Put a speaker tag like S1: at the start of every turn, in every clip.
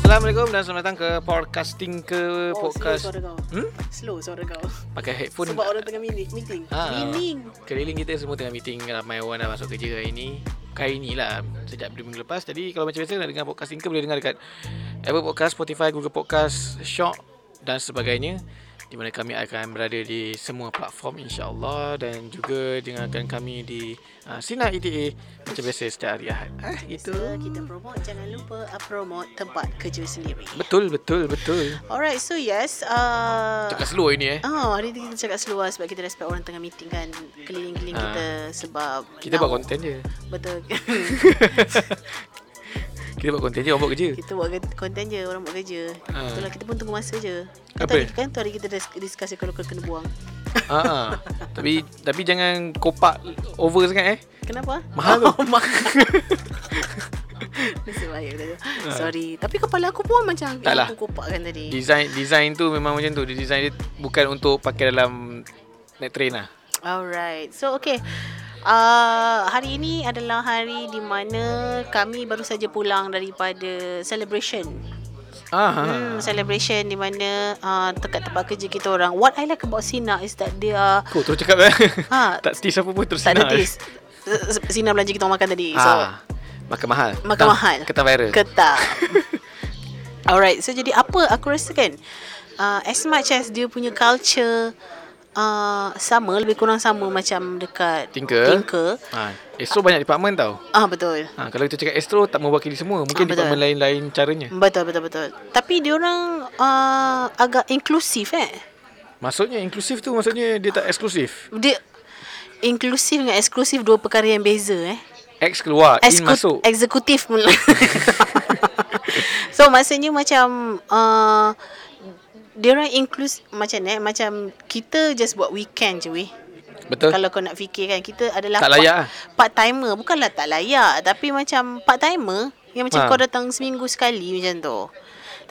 S1: Assalamualaikum dan selamat datang ke podcasting ke
S2: Oh,
S1: podcast
S2: slow suara kau.
S1: Hmm?
S2: Slow suara kau.
S1: pakai headphone.
S2: Sebab orang tengah meeting. meeting.
S1: Ah.
S2: Meeting.
S1: Keliling kita semua tengah meeting Ramai orang dah masuk kerja hari ni Hari ni lah Sejak dua minggu lepas Jadi kalau macam biasa nak dengar podcast Tinker Boleh dengar dekat Apple Podcast, Spotify, Google Podcast, Shock Dan sebagainya Di mana kami akan berada di semua platform insyaAllah Dan juga dengarkan kami di uh, Sinar ETA Macam biasa setiap hari Ahad Ah, Itu
S2: Itu kita promote. Jangan lupa uh, promote tempat kerja sendiri.
S1: Betul, betul, betul
S2: Alright, so yes. Uh,
S1: Cakap slow ini eh
S2: Oh, hari ni kita cakap seluar sebab kita respect orang tengah meeting kan. Keliling-keliling
S1: Ah.
S2: kita sebab...
S1: Kita
S2: now-
S1: buat konten je
S2: Betul.
S1: Kita buat konten je, orang buat kerja
S2: kita buat ke- konten je, orang buat kerja.
S1: Ah.
S2: Itulah, kita pun tunggu masa je. Kan
S1: Apa?
S2: tu hari, kan tu hari kita dis- discuss kalau kau kena buang.
S1: Ah, ah. tapi tapi jangan kopak over sangat eh.
S2: Kenapa?
S1: Mahal tu.
S2: Oh, mahal. Nasib baik tu. ya,
S1: Ah.
S2: Sorry. Tapi kepala aku pun macam
S1: Tak
S2: yang
S1: lah.
S2: aku kopakkan tadi.
S1: Design design tu memang macam tu. Dia design dia bukan untuk pakai dalam naik train lah.
S2: Alright. So okay. Uh, hari ini adalah hari di mana kami baru saja pulang daripada celebration.
S1: Ah.
S2: Hmm, celebration di mana uh, dekat tempat kerja kita orang. What I like about Sina is that they are
S1: Kau terus cakap eh.
S2: Ah.
S1: tak tis apa pun terus
S2: tak ada
S1: senang. eh.
S2: taste. Sina belanja kita orang makan tadi. So
S1: Ah. Makan mahal.
S2: Makan
S1: Ketam-
S2: mahal.
S1: Ketam viral.
S2: Ketam. Alright, so jadi apa aku rasa kan uh, as much as dia punya culture uh, sama lebih kurang sama macam dekat
S1: Tinker.
S2: Tinker.
S1: Ah. Astro banyak department tau.
S2: Ah betul.
S1: Ah, kalau kita cakap Astro tak mewakili semua. Mungkin
S2: Ah, betul. Hmm.
S1: department lain-lain caranya.
S2: Betul betul betul. Tapi dia orang uh, agak inklusif eh.
S1: Maksudnya inklusif tu maksudnya dia tak eksklusif.
S2: Dia inklusif dengan eksklusif dua perkara yang beza eh.
S1: Ex keluar, in
S2: Execu-
S1: masuk.
S2: Eksekutif mula. so maksudnya macam uh, dia orang include macam eh macam kita just buat weekend je weh.
S1: Betul.
S2: Kalau kau nak fikir kan kita adalah
S1: Tak layak ah.
S2: part timer bukanlah tak layak tapi macam part timer yang macam
S1: Ha.
S2: ha. kau datang seminggu sekali macam tu.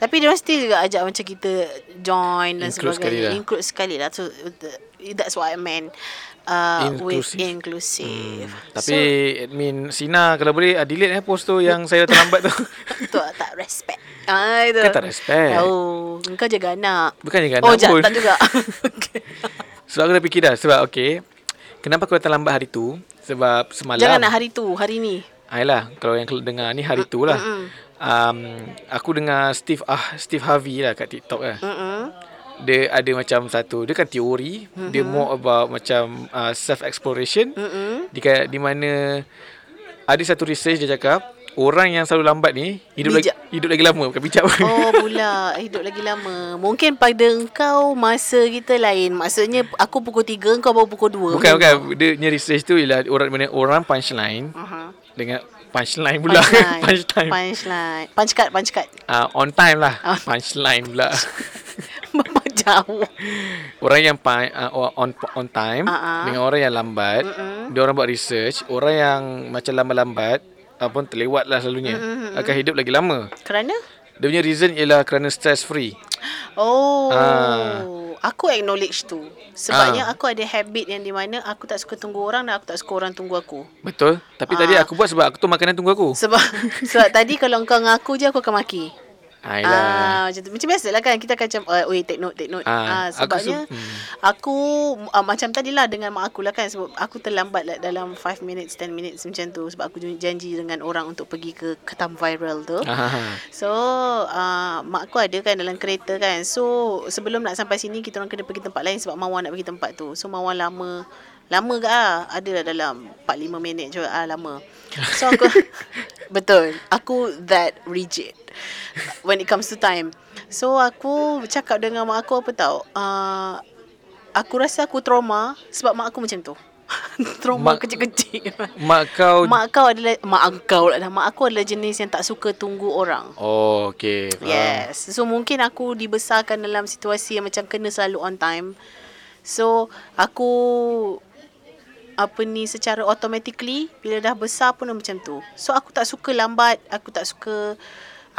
S2: Tapi dia orang still juga ajak macam kita join
S1: Include
S2: dan
S1: sekali
S2: sebagainya.
S1: lah.
S2: Include sekali lah. So th- that's what I meant. Uh,
S1: Inclusive.
S2: with inclusive.
S1: Hmm. Tapi so, admin Sina kalau boleh ah, delete eh post tu yang saya terlambat tu.
S2: Tu lah, tak respect. Ah, itu.
S1: Kau tak respect.
S2: Oh, kau jaga anak.
S1: Bukan jaga
S2: oh,
S1: anak
S2: ja-
S1: pun.
S2: tak juga. okay.
S1: Sebab aku dah fikir dah sebab okey. Kenapa aku datang lambat hari tu? Sebab semalam.
S2: Jangan lah. nak hari tu, hari ni.
S1: Ayolah, kalau yang kel- dengar ni hari tu lah. Um, aku dengar Steve ah Steve Harvey lah kat TikTok lah.
S2: Mm-mm.
S1: Dia ada macam satu, dia kan teori, dia
S2: Mm-hmm.
S1: more about macam uh, self exploration.
S2: Mm-mm.
S1: Di, ka- di mana ada satu research dia cakap orang yang selalu lambat ni hidup
S2: Bijak.
S1: lagi hidup lagi lama bukan bijak.
S2: Oh pula Hidup lagi lama Mungkin pada engkau Masa kita lain Maksudnya Aku pukul 3 Engkau baru pukul 2
S1: Bukan bukan dia punya research tu ialah orang mana orang punchline
S2: uh-huh.
S1: dengan punchline pula
S2: Punchline
S1: punch time.
S2: Punchline Punch card Punch card
S1: Ah on time lah
S2: Ah.
S1: punchline pula.
S2: Memang jauh
S1: orang yang pun- ah, o- on on time
S2: Ah, ah.
S1: dengan orang yang lambat,
S2: Mm-mm.
S1: dia orang buat research, orang yang macam lambat-lambat ataupun terlewat lah selalunya akan hidup lagi lama.
S2: Kerana
S1: Dia punya reason ialah kerana stress free.
S2: Oh
S1: Ah.
S2: Aku acknowledge tu Sebabnya aku ada habit Yang di mana Aku tak suka tunggu orang Dan aku tak suka orang tunggu aku
S1: Betul? Tapi tadi
S2: Ah.
S1: aku buat sebab aku tu makanan tunggu aku.
S2: Sebab Sebab tadi kalau engkau ngaku je Aku akan maki
S1: Ayolah.
S2: Ah, macam tu. Macam biasalah kan kita akan macam uh, wait take note take note.
S1: lah. Ah,
S2: Ah,
S1: aku
S2: sebabnya
S1: su- hmm.
S2: aku, uh, macam tadilah dengan mak aku lah kan sebab aku terlambat lah dalam 5 minutes 10 minutes macam tu sebab aku janji dengan orang untuk pergi ke ketam viral tu.
S1: Ah. ah, ah.
S2: So uh, Mak aku ada kan dalam kereta kan So sebelum nak sampai sini Kita orang kena pergi tempat lain Sebab Mawar nak pergi tempat tu So Mawar lama Lama ke ah Adalah dalam 4-5 minit je ah, Lama So aku Betul Aku that rigid When it comes to time So aku Cakap dengan mak aku apa tau uh, Aku rasa aku trauma Sebab mak aku macam tu Trauma
S1: Mak- Oh.
S2: kecil-kecil
S1: Mak kau
S2: Mak kau adalah Mak kau lah dah. Mak aku adalah jenis yang tak suka tunggu orang
S1: Oh, okay. Faham.
S2: Yes. So mungkin aku dibesarkan dalam situasi yang macam kena selalu on time. So aku apa ni secara automatically bila dah besar pun dah macam tu. So aku tak suka lambat, aku tak suka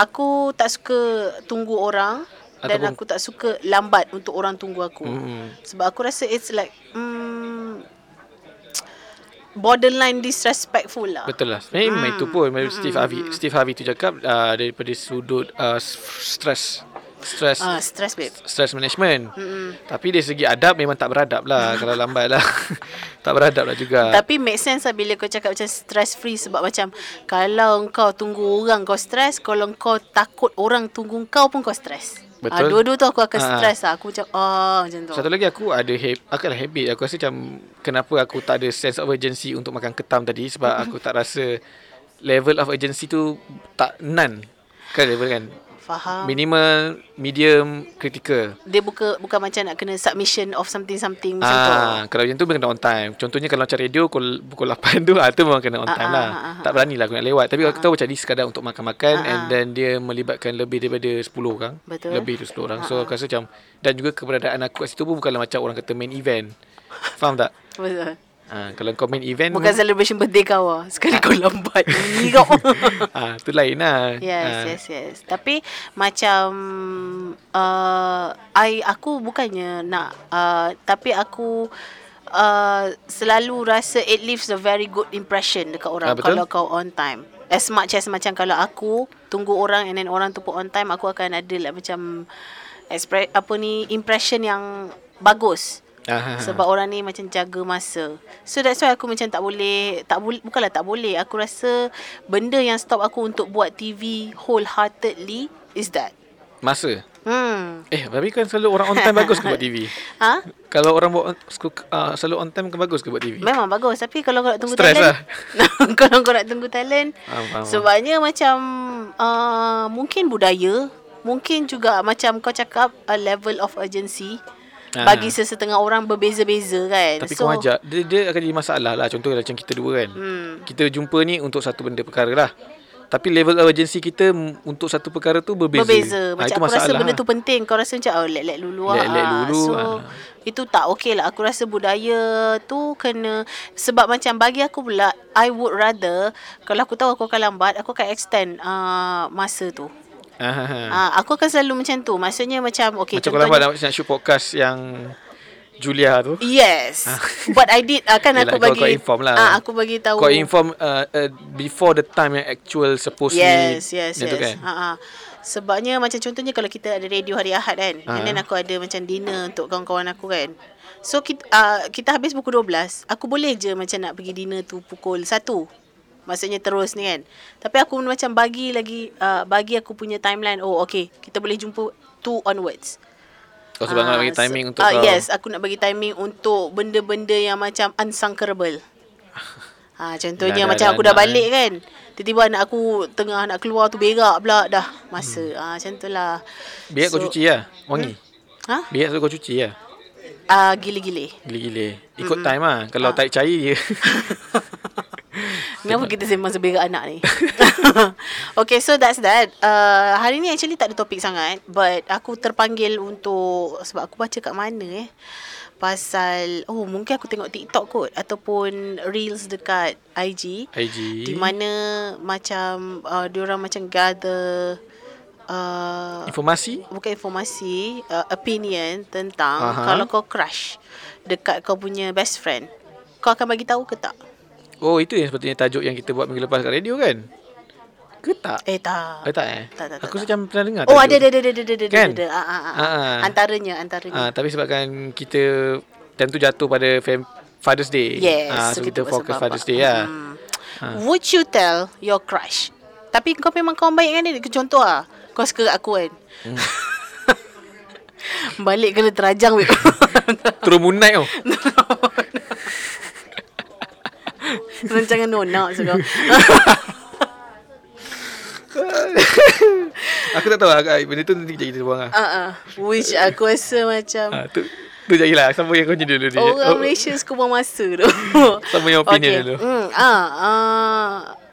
S2: aku tak suka tunggu orang dan
S1: Ataupun-
S2: aku tak suka lambat untuk orang tunggu aku.
S1: Hmm.
S2: Sebab aku rasa it's like mm, hmm, borderline disrespectful lah.
S1: Betul lah. Sebenarnya hmm. memang itu pun
S2: Ah.
S1: hmm. Steve Harvey Steve Harvey tu cakap uh, daripada sudut uh, stress stress
S2: Ah, stress babe.
S1: stress management. Hmm. Tapi dari segi adab memang tak beradab lah kalau lambat lah. tak beradab lah juga.
S2: Tapi make sense lah bila kau cakap macam stress free sebab macam kalau kau tunggu orang kau stress, kalau kau takut orang tunggu kau pun kau stress. Ah,
S1: Betul.
S2: dua-dua tu aku akan
S1: Ah.
S2: stress lah. Aku macam oh macam tu.
S1: Satu lagi aku ada hab- aku ada habit. Aku rasa macam kenapa aku tak ada sense of urgency untuk makan ketam tadi sebab aku tak rasa level of urgency tu tak none. Kan level kan?
S2: Faham.
S1: Minimal, medium, critical.
S2: dia buka bukan macam nak kena submission of something something macam tu.
S1: Ah, kalau macam tu memang kena on time. Contohnya kalau macam radio pukul, pukul 8 tu ah tu memang kena on
S2: Ah,
S1: time
S2: ah,
S1: lah.
S2: ah, ah,
S1: tak berani lah aku nak lewat. Tapi aku tahu macam ni sekadar untuk makan-makan
S2: Ah,
S1: and
S2: ah.
S1: then dia melibatkan lebih daripada 10 orang.
S2: Betul. Ah,
S1: Lebih tu 10 orang. So aku rasa macam dan juga keberadaan aku kat situ pun bukanlah macam orang kata main event. Faham tak?
S2: Betul.
S1: Ah, kalau kau main event
S2: Bukan celebration birthday kau lah. Sekali kau lambat. Gini kau.
S1: ah, tu lain lah.
S2: Yes,
S1: Ah,
S2: yes, yes. Tapi macam uh, I aku bukannya nak uh, tapi aku uh, selalu rasa it leaves a very good impression dekat orang
S1: Ah, betul.
S2: kalau kau on time. As much as macam kalau aku tunggu orang and then orang tu pun on time, aku akan ada lah macam expre- apa ni impression yang bagus.
S1: Ah,
S2: Sebab orang ni macam jaga masa. So that's why aku macam tak boleh tak boleh bukanlah tak boleh. Aku rasa benda yang stop aku untuk buat TV wholeheartedly is that.
S1: masa.
S2: Hmm.
S1: Eh, tapi kan selalu orang on time bagus ke buat TV?
S2: Ha?
S1: Kalau orang buat uh, selalu on time ke bagus ke buat TV?
S2: Memang bagus tapi kalau kau nak tunggu
S1: Stress lah.
S2: talent kalau kau nak tunggu talent
S1: Faham, faham,
S2: sebabnya macam uh, mungkin budaya, mungkin juga macam kau cakap a level of urgency
S1: Ah.
S2: bagi sesetengah orang berbeza-beza kan.
S1: Tapi so, kau ajak dia, dia akan jadi masalah lah Contoh macam kita dua kan hmm. Kita jumpa ni untuk satu benda perkara lah Tapi level urgency kita m- Untuk satu perkara tu berbeza
S2: berbeza.
S1: Ah, itu
S2: Macam aku rasa
S1: masalah
S2: benda
S1: lah.
S2: tu penting. Kau rasa macam oh, let-let dulu lah.
S1: Let-let
S2: Ah,
S1: dulu,
S2: So,
S1: ah.
S2: itu tak okey lah. Aku rasa budaya tu kena sebab macam bagi aku pula I would rather kalau aku tahu aku akan lambat, aku akan extend uh, masa tu.
S1: ah, ah, ah.
S2: Ah, aku akan selalu macam tu. Maksudnya macam okey
S1: Macam kalau nampak nak, nak shoot podcast yang Julia tu
S2: Yes. But I did uh, kan
S1: Ah. Yelah,
S2: aku
S1: kau-
S2: bagi
S1: kau inform lah.
S2: Ah, aku bagi tahu.
S1: Kau inform uh, uh, Before the time yang actual Supposedly
S2: Yes, yes,
S1: macam
S2: yes.
S1: tu kan?
S2: Ha, ha. Sebabnya macam contohnya kalau kita ada radio hari Ahad kan. Ha. And
S1: Ha.
S2: then aku ada macam dinner untuk kawan-kawan aku kan. So kita, uh, kita habis pukul 12. Aku boleh je macam nak pergi dinner tu pukul 1. Maksudnya terus ni kan. Tapi aku macam bagi lagi uh, bagi aku punya timeline. Oh okay, kita boleh jumpa 2 onwards.
S1: Kau sebab kau
S2: Ah,
S1: nak bagi timing
S2: se-
S1: untuk
S2: ah,
S1: kau
S2: Yes, aku nak bagi timing untuk benda-benda yang macam unsankerable. Ha,
S1: Dah,
S2: contohnya
S1: dah,
S2: macam
S1: dah, eh.
S2: aku dah
S1: dah,
S2: balik kan. Tiba-tiba anak aku tengah nak keluar tu berak pula dah masa. Ha, macam tu lah.
S1: Hmm. Biar kau cuci lah Wangi
S2: Ha?
S1: Biar tu kau cuci lah
S2: Ah, gila-gila.
S1: Gila-gila Ikut
S2: Hmm.
S1: time lah Kalau
S2: Ah.
S1: tarik cair je
S2: Kenapa kita sembang seberak anak ni? okay, so that's that. Uh, hari ni actually tak ada topik sangat. But aku terpanggil untuk... Sebab aku baca kat mana eh. Pasal... Oh, mungkin aku tengok TikTok kot. Ataupun Reels dekat IG.
S1: IG
S2: Di mana macam... Uh, diorang macam gather... Uh,
S1: Informasi
S2: bukan informasi uh, opinion tentang
S1: Aha.
S2: kalau kau crush dekat kau punya best friend kau akan bagi tahu ke tak
S1: Oh itu yang sepatutnya tajuk yang kita buat minggu lepas kat radio kan? Ke tak?
S2: eh tak
S1: Eh tak eh?
S2: Tak, tak, tak,
S1: Aku
S2: tak.
S1: macam pernah dengar
S2: Oh
S1: tajuk.
S2: ada ada ada ada ada ada ada,
S1: Kan?
S2: ada. Ah, ah, ah.
S1: Ah, ah.
S2: Antaranya antaranya.
S1: Ah, tapi sebabkan kita time tu jatuh pada fam- Father's Day.
S2: Yes.
S1: Ah, so, kita,
S2: buat
S1: fokus
S2: sebab
S1: Father's
S2: apa.
S1: Day lah.
S2: Hmm. Would you tell your crush? Tapi kau memang kawan baik dengan dia. Contoh lah. Kau suka kat aku kan.
S1: Hmm.
S2: Balik kena terajang weh.
S1: Terus moon night oh.
S2: Rancangan nona so kau.
S1: aku tak tahu agak benda tu nanti kejap kita buang lah.
S2: Ah, ah. Which aku rasa macam
S1: Ah, tu tu jadi lah. Sambung yang kau ni dulu. dia. Oh,
S2: orang Malaysia suka buang masa tu.
S1: Sama yang opinion dulu.
S2: Hmm, ah, ah,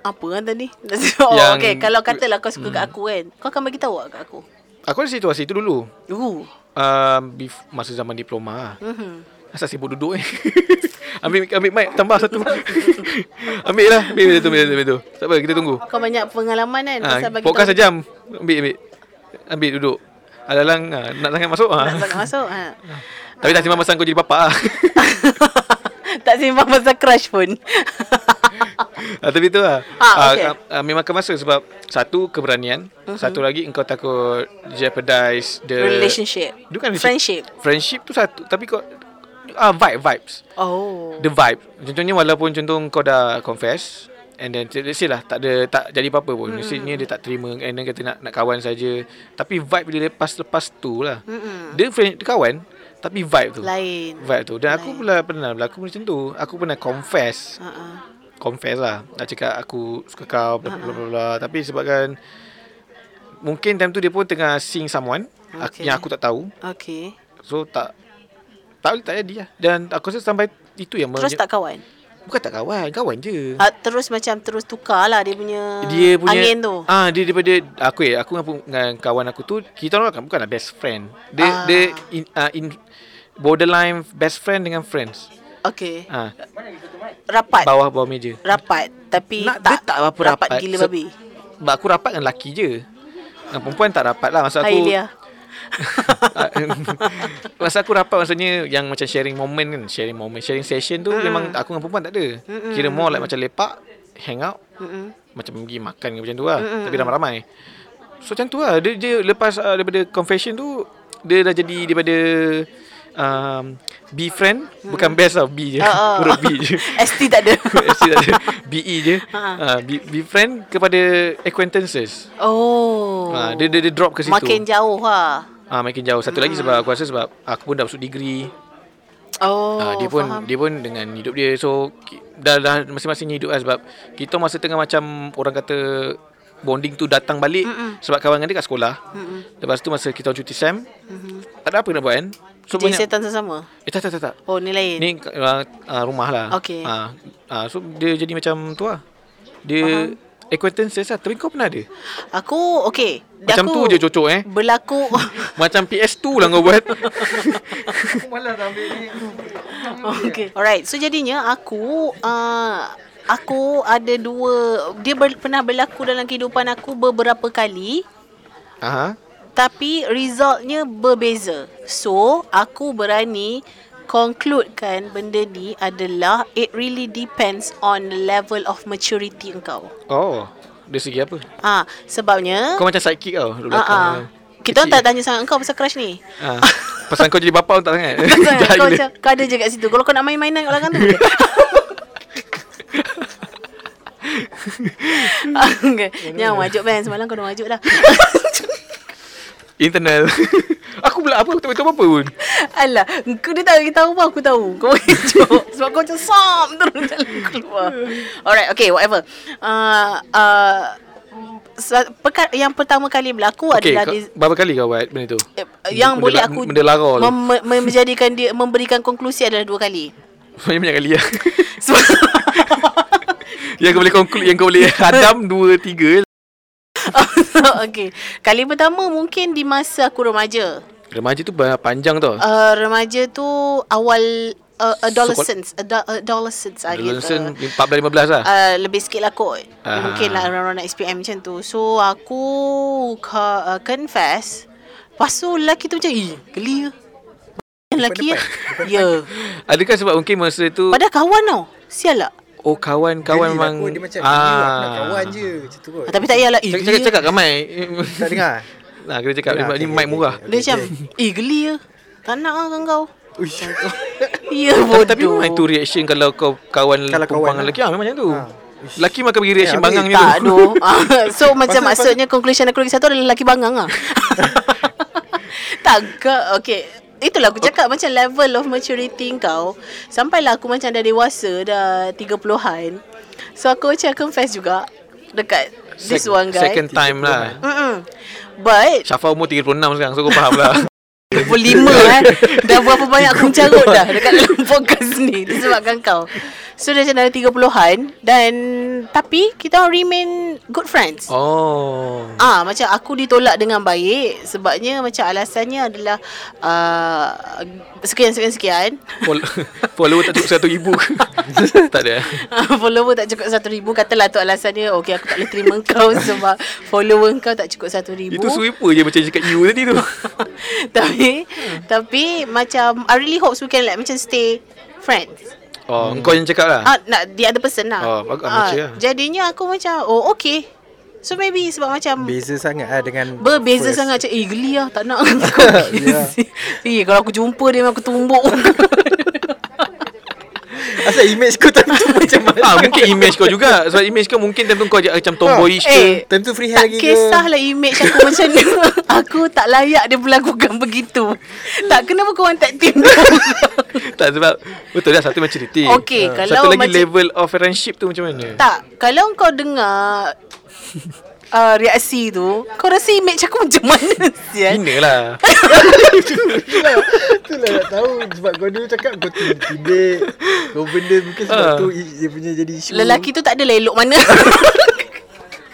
S2: apa kan tadi? oh,
S1: Yang- Hmm.
S2: okay. Kalau katalah kau suka kat aku kan. Kau akan bagi tahu tak kat aku.
S1: Aku ada situasi tu dulu.
S2: Uh.
S1: Um, bef- masa zaman diploma lah.
S2: Mm-hmm.
S1: Asal sibuk duduk eh. ambil ambil mic tambah satu. ambil lah. Ambil benda tu, ambil benda tu. Tak apa, kita tunggu.
S2: Kau banyak pengalaman kan
S1: Ah,
S2: pasal bagi
S1: podcast
S2: tahu.
S1: sejam. Ambil ambil. Ambil duduk. Alalang ah, nak sangat masuk ah.
S2: Sangat masuk ha.
S1: Tapi tak simpan masa kau jadi bapak ah.
S2: tak sembang pasal crush pun.
S1: Ah, tapi tu lah.
S2: Ah,
S1: Ah,
S2: okey. Mhm.
S1: ah, ah, memang makan masa sebab satu keberanian, satu lagi engkau takut jeopardize the
S2: Relationship.
S1: Dia bukan
S2: Friendship.
S1: Friendship tu satu tapi kau ah vibe vibes.
S2: Oh.
S1: The vibe. Contohnya walaupun contoh kau dah confess and then let's say lah tak ada tak jadi apa-apa pun.
S2: Hmm.
S1: Mm. Maksudnya dia tak terima and then kata nak nak kawan saja. Tapi vibe bila lepas-lepas tu lah.
S2: Mm-mm.
S1: Dia friend dia kawan tapi vibe tu.
S2: Hmm. Lain.
S1: Vibe tu. Dan aku pula pernah berlaku macam tu. Aku pernah confess
S2: Uh-uh.
S1: confess lah nak cakap aku suka kau bla bla bla bla
S2: Ha.
S1: tapi sebabkan mungkin time tu dia pun tengah seeing someone okay.
S2: Okay.
S1: yang aku tak tahu
S2: Okay.
S1: so tak tak tak jadi lah dan aku rasa sampai itu yang
S2: Terus
S1: menye-
S2: tak kawan?
S1: bukan tak kawan kawan je
S2: Uh, terus macam terus tukar lah dia punya,
S1: dia punya
S2: angin tu.
S1: ah dia daripada aku eh aku dengan pu- dengan kawan aku tu kita orang kan bukanlah best friend dia
S2: Ah.
S1: dia in, ah, in borderline best friend dengan friends
S2: Okay.
S1: ah
S2: Rapat.
S1: bawah bawah meja
S2: Rapat. Tapi
S1: Nak-
S2: tak,
S1: dia tak apa
S2: rapat.
S1: rapat.
S2: gila
S1: Se-
S2: babi.
S1: sebab aku rapat dengan lelaki je dengan perempuan tak rapat lah maksud
S2: Hai
S1: aku
S2: Lia.
S1: Masa aku rapat maksudnya yang macam sharing moment kan, sharing moment, sharing session tu mm. memang aku dengan perempuan tak ada. Mm-mm. Kira more like macam lepak, hang out,
S2: Mm-mm.
S1: macam pergi makan ke macam tu lah. Mm-mm. Tapi ramai-ramai. So macam tu lah. Dia, dia lepas uh, daripada confession tu, dia dah jadi daripada um, be friend, mm. bukan best lah, B je.
S2: Ah, ah.
S1: Huruf B je.
S2: ST tak ada.
S1: SC tak ada. BE je.
S2: Ah.
S1: Uh, be, be friend kepada acquaintances.
S2: Oh.
S1: Ah, dia, dia, dia drop ke situ.
S2: Makin jauh lah.
S1: Ah makin jauh. Satu lagi sebab aku rasa sebab aku pun dah masuk degree.
S2: Oh,
S1: ah dia pun
S2: faham.
S1: dia pun dengan hidup dia so ki- dah dah masing-masing hidup lah sebab kita masa tengah macam orang kata bonding tu datang balik Mm-mm. sebab kawan dengan dia kat sekolah. Mm-mm. Lepas tu masa kita orang cuti sem, mm-hmm. tak ada apa nak buat kan. So
S2: Kerja
S1: banyak
S2: setan sesama.
S1: eh, tak tak tak tak.
S2: Oh, ni lain.
S1: Ni uh, uh, rumah lah.
S2: Okey.
S1: Ah ah, so dia jadi macam tu lah. Dia acquaintances lah. Tapi kau pernah ada?
S2: Aku okey.
S1: Macam
S2: aku
S1: tu je cocok eh.
S2: Berlaku
S1: Macam PS2 lah kau buat.
S2: Okey. Alright. So jadinya aku uh, aku ada dua dia ber, pernah berlaku dalam kehidupan aku beberapa kali
S1: Aha.
S2: tapi resultnya berbeza. So, aku berani concludekan benda ni adalah it really depends on the level of maturity engkau.
S1: Oh. Dari segi apa?
S2: Ah, sebabnya
S1: Kau macam sidekick tau duduk
S2: Ah,
S1: belakang.
S2: ah. Kita orang tak tanya sangat kau pasal crush ni.
S1: Ha. Pasal kau jadi bapa pun tak sangat. Jahat
S2: kau
S1: gila.
S2: macam kau ada je kat situ. Kalau kau nak main-mainan kat belakang tu. okay. Jangan wajuk Ben Semalam kau dah wajuk dah
S1: Internal. aku pula apa aku tak tahu apa pun.
S2: Alah Kau dia tak bagi tahu pun Aku tahu Kau wajuk Sebab kau macam som Terus jalan keluar Alright okay whatever uh, uh, se- perka- Yang pertama kali berlaku
S1: Okey,
S2: Adalah
S1: kau-
S2: di-
S1: berapa kali kau buat benda tu?
S2: eh, Yang
S1: Benda-
S2: boleh aku
S1: benda lara tu.
S2: mem- mem- Menjadikan dia Memberikan konklusi adalah dua kali
S1: Banyak banyak kali lah.
S2: Sebab
S1: yang kau boleh conclude, yang kau boleh hadam dua tiga.
S2: okay. Kali pertama mungkin di masa aku remaja.
S1: Remaja tu ba- panjang tau.
S2: Uh, remaja tu awal uh, adolescence. Ado- adolescence. ah, gitu.
S1: Adolescent 14 15 lah.
S2: Uh, lebih sikit lah kot.
S1: Ah.
S2: Mungkin lah around SPM macam tu. So aku ka, uh, confess. Lepas tu lelaki tu macam, eh geli ke? Lelaki ya? Ya.
S1: Adakah sebab mungkin masa tu
S2: Padahal kawan tau. Sial lah.
S1: oh kawan-kawan
S3: Geli lah
S1: memang
S3: aku, Dia macam ah. aku nak kawan je Macam tu kot
S2: Ah, Tapi tak payahlah. Eh,
S1: Cakap
S2: geli
S1: cakap,
S2: ke?
S1: cakap kat mic.
S3: Tak dengar
S1: Nah, kena cakap sebab
S3: Dengar,
S1: ni
S3: okey,
S1: mic
S3: okey,
S1: murah.
S3: okey.
S2: Dia macam, eh geli ya? Tak nak lah kan kau. Ya
S1: Tapi,
S2: bodoh.
S1: Eh, tapi memang itu reaction kalau kau kawan
S3: Kalau
S1: kalau
S3: kawan
S1: perempuan
S3: lah.
S1: dengan lelaki ah memang macam tu.
S3: Ha.
S1: Lelaki makan bagi reaction
S3: Eh, habis
S1: bangang ni
S2: Tak
S1: tu.
S2: aduh Ah, So macam
S3: Pasal-
S2: maksudnya Conclusion aku lagi satu Adalah lelaki bangang lah Tak ke Okay Itulah aku cakap Macam level of maturity kau Sampailah aku macam dah dewasa Dah 30-an So aku macam confess juga Dekat This
S1: Sec-
S2: one guy
S1: Second time lah.
S2: Mm-mm. But
S1: Syafa umur 36 sekarang So kau faham lah
S2: 25 eh Dah berapa banyak aku mencarut dah Dekat dalam podcast ni Disebabkan kau So dah macam dalam 30-an Dan Tapi kita orang remain Good friends
S1: Oh
S2: Ah macam aku ditolak dengan baik sebabnya macam alasannya adalah uh, sekian sekian sekian
S1: Fol- Follower tak cukup satu ibu ke? Tak ada
S2: follower tak cukup satu ribu katalah tu alasannya okey aku tak boleh terima kau sebab follower kau tak cukup satu ribu
S1: Itu sweeper je macam cakap you tadi tu
S2: tapi tapi macam I really hope we can like macam stay friends
S1: Oh, hmm. kau yang cakap lah.
S2: Ah, nak the other person lah.
S1: Oh, bagus,
S2: Ah,
S1: macam lah.
S2: Jadinya aku macam, oh okay. So maybe sebab macam
S3: Beza sangat lah dengan
S2: berbeza
S3: first.
S2: sangat macam eh geli lah tak nak. yeah. Eh kalau aku jumpa dia memang aku tumbuk.
S3: Asal image kau time tu macam mana
S1: Ah, mungkin image kau juga Sebab image kau mungkin Time tu kau je- macam tomboyish
S2: eh,
S1: ke
S3: Time tu free hair
S2: tak
S3: lagi
S2: kisahlah image aku macam ni. aku tak layak dia berlakukan begitu. Tak kenapa kau orang tak team
S1: Tak sebab Betul lah satu macam cerita
S2: Okey,
S1: Ah,
S2: kalau
S1: Satu lagi
S2: macam-
S1: level of friendship tu macam mana
S2: Tak, kalau kau dengar uh, reaksi tu, kau rasa image aku macam mana sial?
S1: Hina lah
S3: Itulah nak tahu Sebab kau dulu cakap Kau tindik Kau benda mungkin sebab
S1: Ah.
S3: tu i- Dia punya jadi isu
S2: Lelaki tu tak ada elok mana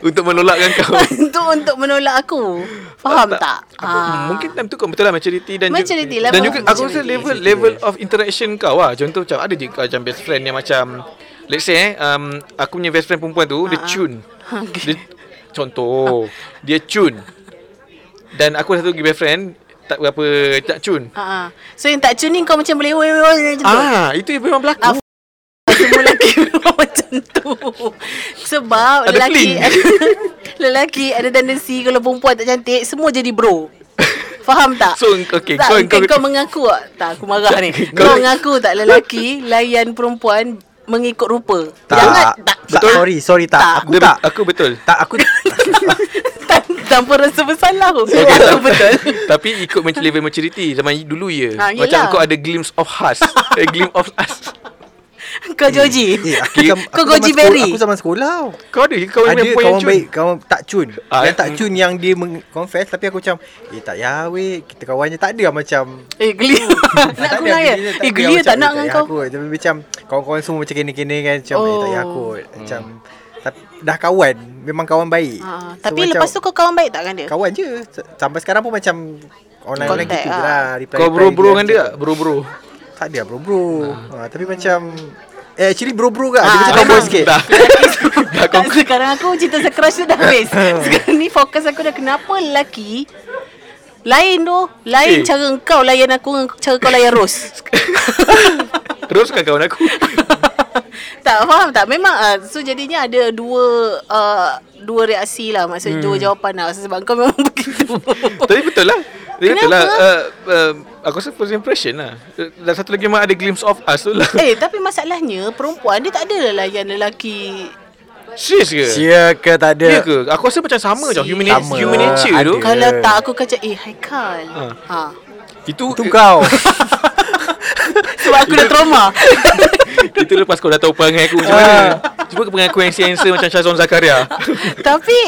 S1: Untuk menolakkan kau
S2: untuk untuk menolak aku. Faham tak?
S1: Ah,
S2: Ah.
S1: Aku, Mungkin time tu kau betul lah maturity dan
S2: Maturity,
S1: juga,
S2: level
S1: dan
S2: of
S1: juga aku rasa
S2: maturity.
S1: level level of interaction kau lah. Contoh macam ada je kau macam best friend yang macam let's say eh um, aku punya best friend perempuan tu
S2: Ah,
S1: dia cun. Dia contoh dia cun. Dan aku ada satu lagi best friend tak berapa tak cun.
S2: Ha ah. So yang tak cun ni kau macam boleh woi woi macam tu.
S1: Ah, itu yang memang berlaku.
S2: Ah, Semua lelaki memang macam tu Sebab
S1: Ada
S2: lelaki
S1: fling.
S2: Lelaki ada tendensi Kalau perempuan tak cantik Semua jadi bro Faham tak?
S1: So, okay,
S2: tak,
S1: kau-
S2: kau, kau,
S1: kau-
S2: kau mengaku tak? Tak, aku marah ni
S1: Kau-
S2: Kau mengaku tak lelaki Layan perempuan Mengikut rupa
S3: Tak.
S2: Jangan tak,
S3: Tak, sorry, sorry, tak. Aku
S1: Dia-
S3: tak.
S1: Aku betul.
S3: Tak aku
S2: Tan- Tanpa rasa bersalah pun
S1: Okay,
S2: Betul,
S1: tak-
S2: betul
S1: Tapi ikut macam level maturity Zaman dulu ya
S2: Ah,
S1: Macam
S2: yelah.
S1: kau ada glimpse of us A glimpse of us
S2: Kau Joji
S3: Eh aku,
S1: Okay.
S3: zaman-
S2: Kau
S3: aku zaman
S2: Goji
S3: sekolah-
S2: Berry.
S3: Aku zaman sekolah tau.
S1: Kau ada ke kawan
S3: Ada
S1: yang
S3: kawan
S1: cun?
S3: baik Kawan tak cun
S1: Ah,
S3: Yang
S1: eh?
S3: tak cun Yang dia meng- confess Tapi aku macam Eh tak payah weh Kita kawan je Tak ada lah macam
S2: Eh geli Nak
S3: Hmm. Tak
S2: aku
S3: ada,
S2: nak ya
S3: gila
S2: Eh
S3: ada.
S2: geli
S3: Macam,
S2: tak nak
S3: eh,
S2: dengan
S3: payah
S2: kau
S3: kot. Tapi macam Kawan-kawan semua macam kena-kena kan Macam eh tak payah
S2: Oh.
S3: kot
S1: Hmm.
S3: Macam tapi, Dah kawan Memang kawan baik
S2: Ah,
S3: So,
S2: Tapi
S3: macam
S2: lepas tu kau kawan baik tak dengan dia?
S3: Kawan je S- Sampai sekarang pun macam Online-online
S2: Contact
S3: gitu je
S2: lah.
S3: lah reply-
S1: Kau
S3: reply
S1: bro-bro dengan dia
S3: macam-
S1: tak? Bro-bro
S3: Tak ada lah bro-bro ha, Tapi macam Eh actually bro-bro ke Dia
S2: Ah,
S3: macam
S2: memang.
S3: cowboy sikit
S1: Dah
S2: Tak, sekarang aku cerita pasal crush tu dah habis Sekarang ni fokus aku dah kenapa lelaki Lain tu Lain
S1: Eh.
S2: cara kau layan aku dengan Cara kau layan Rose
S1: Teruskan kawan aku
S2: Tak faham tak Memang uh, So jadinya ada dua uh, Dua reaksi lah Maksudnya hmm. dua jawapan lah Sebab kau memang begitu
S1: Tapi betul lah Tapi betul lah
S2: Kenapa?
S1: uh, uh, Aku rasa first impression lah Uh, Dan satu lagi memang ada glimpse of us tu lah
S2: Eh tapi masalahnya Perempuan dia tak ada lah layan lelaki
S1: Serius ke?
S3: Sia ke tak ada
S1: Ya ke? Aku rasa macam sama je Human,
S3: Sama.
S1: human nature
S3: Ada.
S1: tu
S3: Ya.
S2: Kalau tak aku kacau Eh Haikal
S1: Ha.
S3: Ah.
S2: ha.
S1: Itu
S3: Tu kau
S2: Sebab aku dah trauma
S1: Itu lepas kau dah tahu perangai aku macam
S3: Ah.
S1: mana Cuba ke perangai aku yang siencer macam Shazon Zakaria
S2: Tapi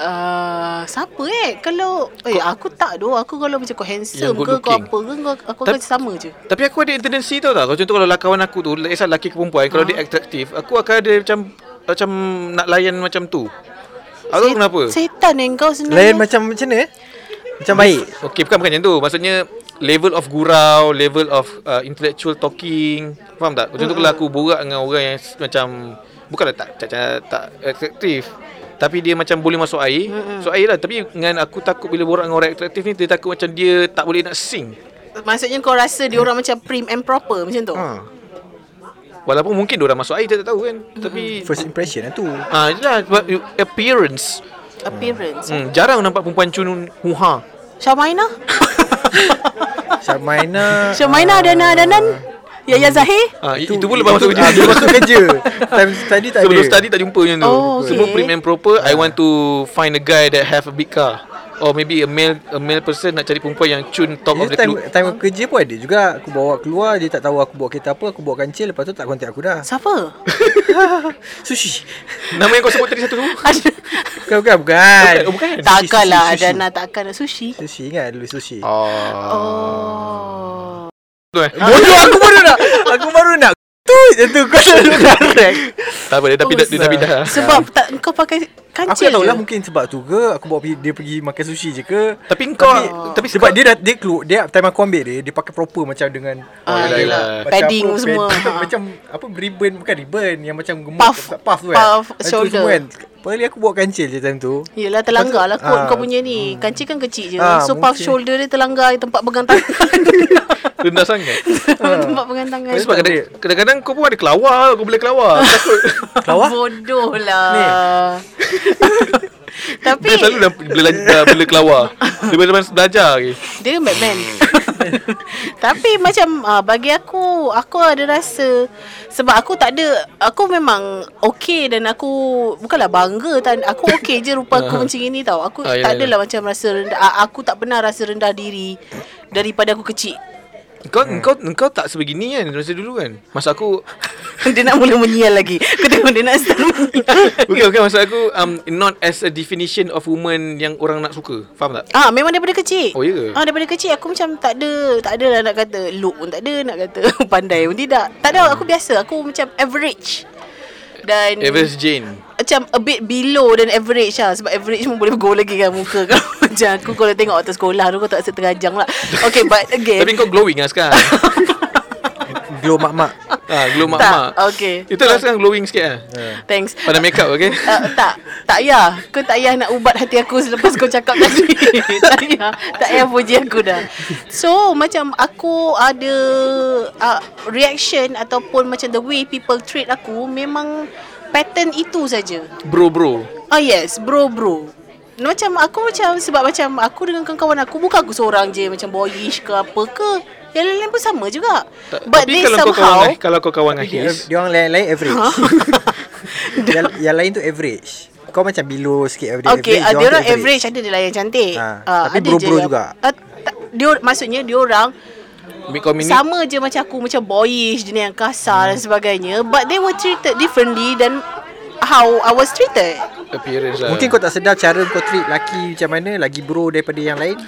S2: uh, Siapa eh Kalau Eh aku tak doh Aku kalau macam kau handsome
S1: Yang good
S2: ke Kau
S1: looking.
S2: apa ke kau, Aku
S1: Tapi-
S2: akan sama je
S1: Tapi aku ada tendensi tau tak Kalau Contoh kalau kawan aku tu Kisah lelaki ke perempuan Kalau dia atraktif Aku akan ada macam Macam nak layan macam tu Aku tak tahu
S2: Se-
S1: kenapa
S2: Setan eh kau sebenarnya
S3: Lain macam macam mana eh? Macam baik
S1: Okey bukan bukan macam tu. Maksudnya level of gurau, level of uh, intellectual talking. Faham tak? Macam tu kalau aku borak dengan orang yang s- macam bukanlah tak tak tak, tak atraktif. Tapi dia macam boleh masuk air. So air lah. Tapi dengan aku takut bila borak dengan orang atraktif ni dia takut macam dia tak boleh nak sing.
S2: Maksudnya kau rasa Dia orang macam prim and proper Macam tu
S3: ha.
S1: Walaupun mungkin dia orang masuk air kita tak tahu kan. Tapi
S3: First impression lah tu
S1: ah itulah sebab you- appearance.
S2: Appearance
S1: Hmm,
S2: hmm.
S1: jarang nampak perempan cun huha.
S2: Syamaina
S3: Syamaina
S2: Syamaina Adana Adanan Yaya Zahir
S1: Ah itu, itu pun lepas masuk
S3: ah,
S1: kerja.
S3: Dia masuk kerja Time study tak
S1: Sebelum
S3: ada
S1: study tak jumpa macam tu
S2: Oh, okay.
S1: Semua prim and proper I want to find a guy that have a big car Or maybe a male a male person nak cari perempuan yang cun top of
S3: Dia
S1: the
S3: time,
S1: club
S3: time aku kerja pun ada juga Aku bawa keluar Dia tak tahu aku bawa kereta apa Aku bawa kancil Lepas tu tak kontak aku dah
S2: Siapa
S3: Sushi
S1: Nama yang kau sebut tadi satu tu
S2: Ada-
S3: Bukan bukan bukan
S1: Oh, bukan.
S3: Sushi,
S2: Takkanlah
S3: sushi,
S2: Adana takkan Sushi
S3: Sushi Sushi ingat dulu sushi
S1: Oh,
S2: Oh
S1: Tu eh.
S3: Bodoh aku baru nak Aku baru nak Tu je tu Kau tak nak direct Oh,
S1: Tak apa dia dah pindah Dia dah pindah
S2: Sebab tak, kau pakai
S3: Aku tak
S2: kancil
S3: tahu lah
S2: je.
S3: mungkin sebab tu ke aku bawa pergi, dia pergi makan sushi je ke.
S1: Tapi kau
S3: Tapi-
S2: Ah.
S1: tapi
S3: Sebab
S1: kau-
S3: dia dah dia keluar dia time aku ambil dia dia pakai proper macam dengan
S1: yelah,
S2: Ah,
S3: dia
S1: yelah.
S3: macam
S2: Padding
S3: apa,
S2: semua.
S3: padding,
S2: Ha.
S3: macam apa ribbon bukan ribbon yang macam gemuk
S2: Puff.
S3: bukan puff tu kan.
S2: Puff,
S3: Macam tu
S2: shoulder.
S3: semua kan. Kali aku buat kancil je time tu.
S2: Yelah terlanggar lah kot
S3: Ah.
S2: kau punya ni Kancil kan kecil je
S3: Ah,
S2: So puff
S3: mungkin.
S2: shoulder dia terlanggar Tempat pegang tangan
S1: rendah sangat.
S3: Ah.
S2: Tempat pegang tangan
S3: Lepas
S1: Sebab kadang- kadang-kadang kau pun ada kelawar, kau boleh kelawar. Aku Takut.
S3: Kelawar?
S2: Bodoh
S3: Ni.
S2: lah Tapi
S1: Dia selalu dah bila dah bila kelawar. Dia memang belajar lagi.
S2: Dia Batman Tapi macam uh, Bagi aku Aku ada rasa Sebab aku tak ada Aku memang Okay dan aku Bukanlah bangga tan, Aku okay je rupa aku macam ini tau Aku
S1: Ah, yelah,
S2: tak adalah macam rasa rendah a- Aku tak pernah rasa rendah diri Daripada aku kecil
S1: Kau
S3: Hmm.
S1: kau kau tak sebegini kan masa dulu kan? Masa aku
S2: Dia nak mula menyial lagi Kau tengok dia nak start menyial
S1: bukan bukan masa aku um, not as a definition of woman yang orang nak suka. Faham tak?
S2: Ah, memang daripada kecil.
S1: Oh, ya ke?
S2: Ah, daripada kecil aku macam tak ada, tak ada lah nak kata look pun tak ada, nak kata pandai pun tidak. Tak ada, aku biasa. Aku macam average. Dan
S1: Average Jane.
S2: macam a bit below than average lah Sebab average pun boleh go lagi kan muka kau Macam aku kalau tengok waktu sekolah tu kau tak rasa terajang lah Okay but again
S1: Tapi kau glowing lah sekarang.
S3: Glow mak-mak.
S1: ah, glow mak-mak.
S2: Tak, okay.
S1: Itulah sekarang glowing sikit lah.
S2: Thanks
S1: Pada make up, okay?
S2: Uh, tak, tak payah. Kau tak payah nak ubat hati aku selepas kau cakap tadi. tak payah. Tak payah puji aku dah. So, macam aku ada uh, reaction ataupun macam the way people treat aku memang pattern itu saja.
S1: Bro-bro.
S2: Ah yes, bro bro. Macam aku macam sebab macam aku dengan kawan-kawan aku bukan aku seorang je macam boyish ke apa ke. Yang lain-lain pun sama juga.
S1: Tak-
S2: But
S1: tapi
S2: they
S1: kalau kau
S2: somehow
S1: kawan eh. kalau kau kawan dengan
S3: Dia,
S1: Hafiz,
S3: dia orang lain-lain average. yang, yang lain tu average. Kau macam below sikit daripada
S2: Okay,
S3: average.
S2: uh, dia orang
S3: tu
S2: average ada dia lah yang cantik.
S3: Ha,
S2: Ah,
S3: tapi
S2: ada
S3: bro-bro
S2: je yang-
S3: juga.
S2: Ah, tak, dia maksudnya dia orang
S1: mid community
S2: sama je macam aku macam boyish jenis yang kasar dan sebagainya but they were treated differently than how I was treated.
S1: appearance lah.
S3: Mungkin kau tak sedar cara kau treat laki macam mana Lagi bro daripada yang lain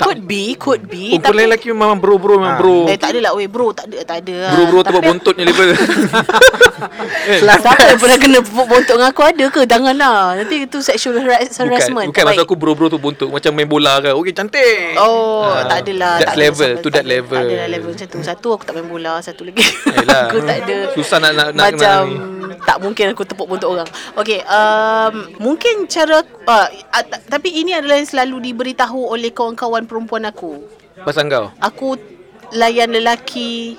S2: Could be, could be
S1: Oh, kau lain lelaki memang bro-bro memang
S3: Ah.
S1: bro.
S2: eh tak adalah weh bro, tak ada tak ada. lah.
S1: Bro-bro tu
S2: Tapi
S1: buat bontotnya level. eh,
S2: Siapa yang pernah kena bu- bontot dengan aku ada ke? Janganlah. Nanti itu sexual harass-
S1: bukan,
S2: harassment.
S1: bukan
S2: Baik.
S1: maksud aku bro-bro tu bontot macam main bola ke. Okey, cantik.
S2: Oh,
S1: Ah,
S2: tak adalah.
S1: that
S2: tak
S1: level,
S2: sampai-
S1: to that level.
S2: Tak adalah level macam tu. Satu aku tak main bola, satu lagi
S1: Yelah.
S2: aku tak ada.
S1: Susah nak- nak- nak
S2: macam
S1: kenal
S2: tak mungkin aku tepuk bontot orang. Okey, um, mungkin cara uh, uh, tapi ini adalah yang selalu diberitahu oleh kawan-kawan perempuan aku.
S1: Pasang kau.
S2: Aku layan lelaki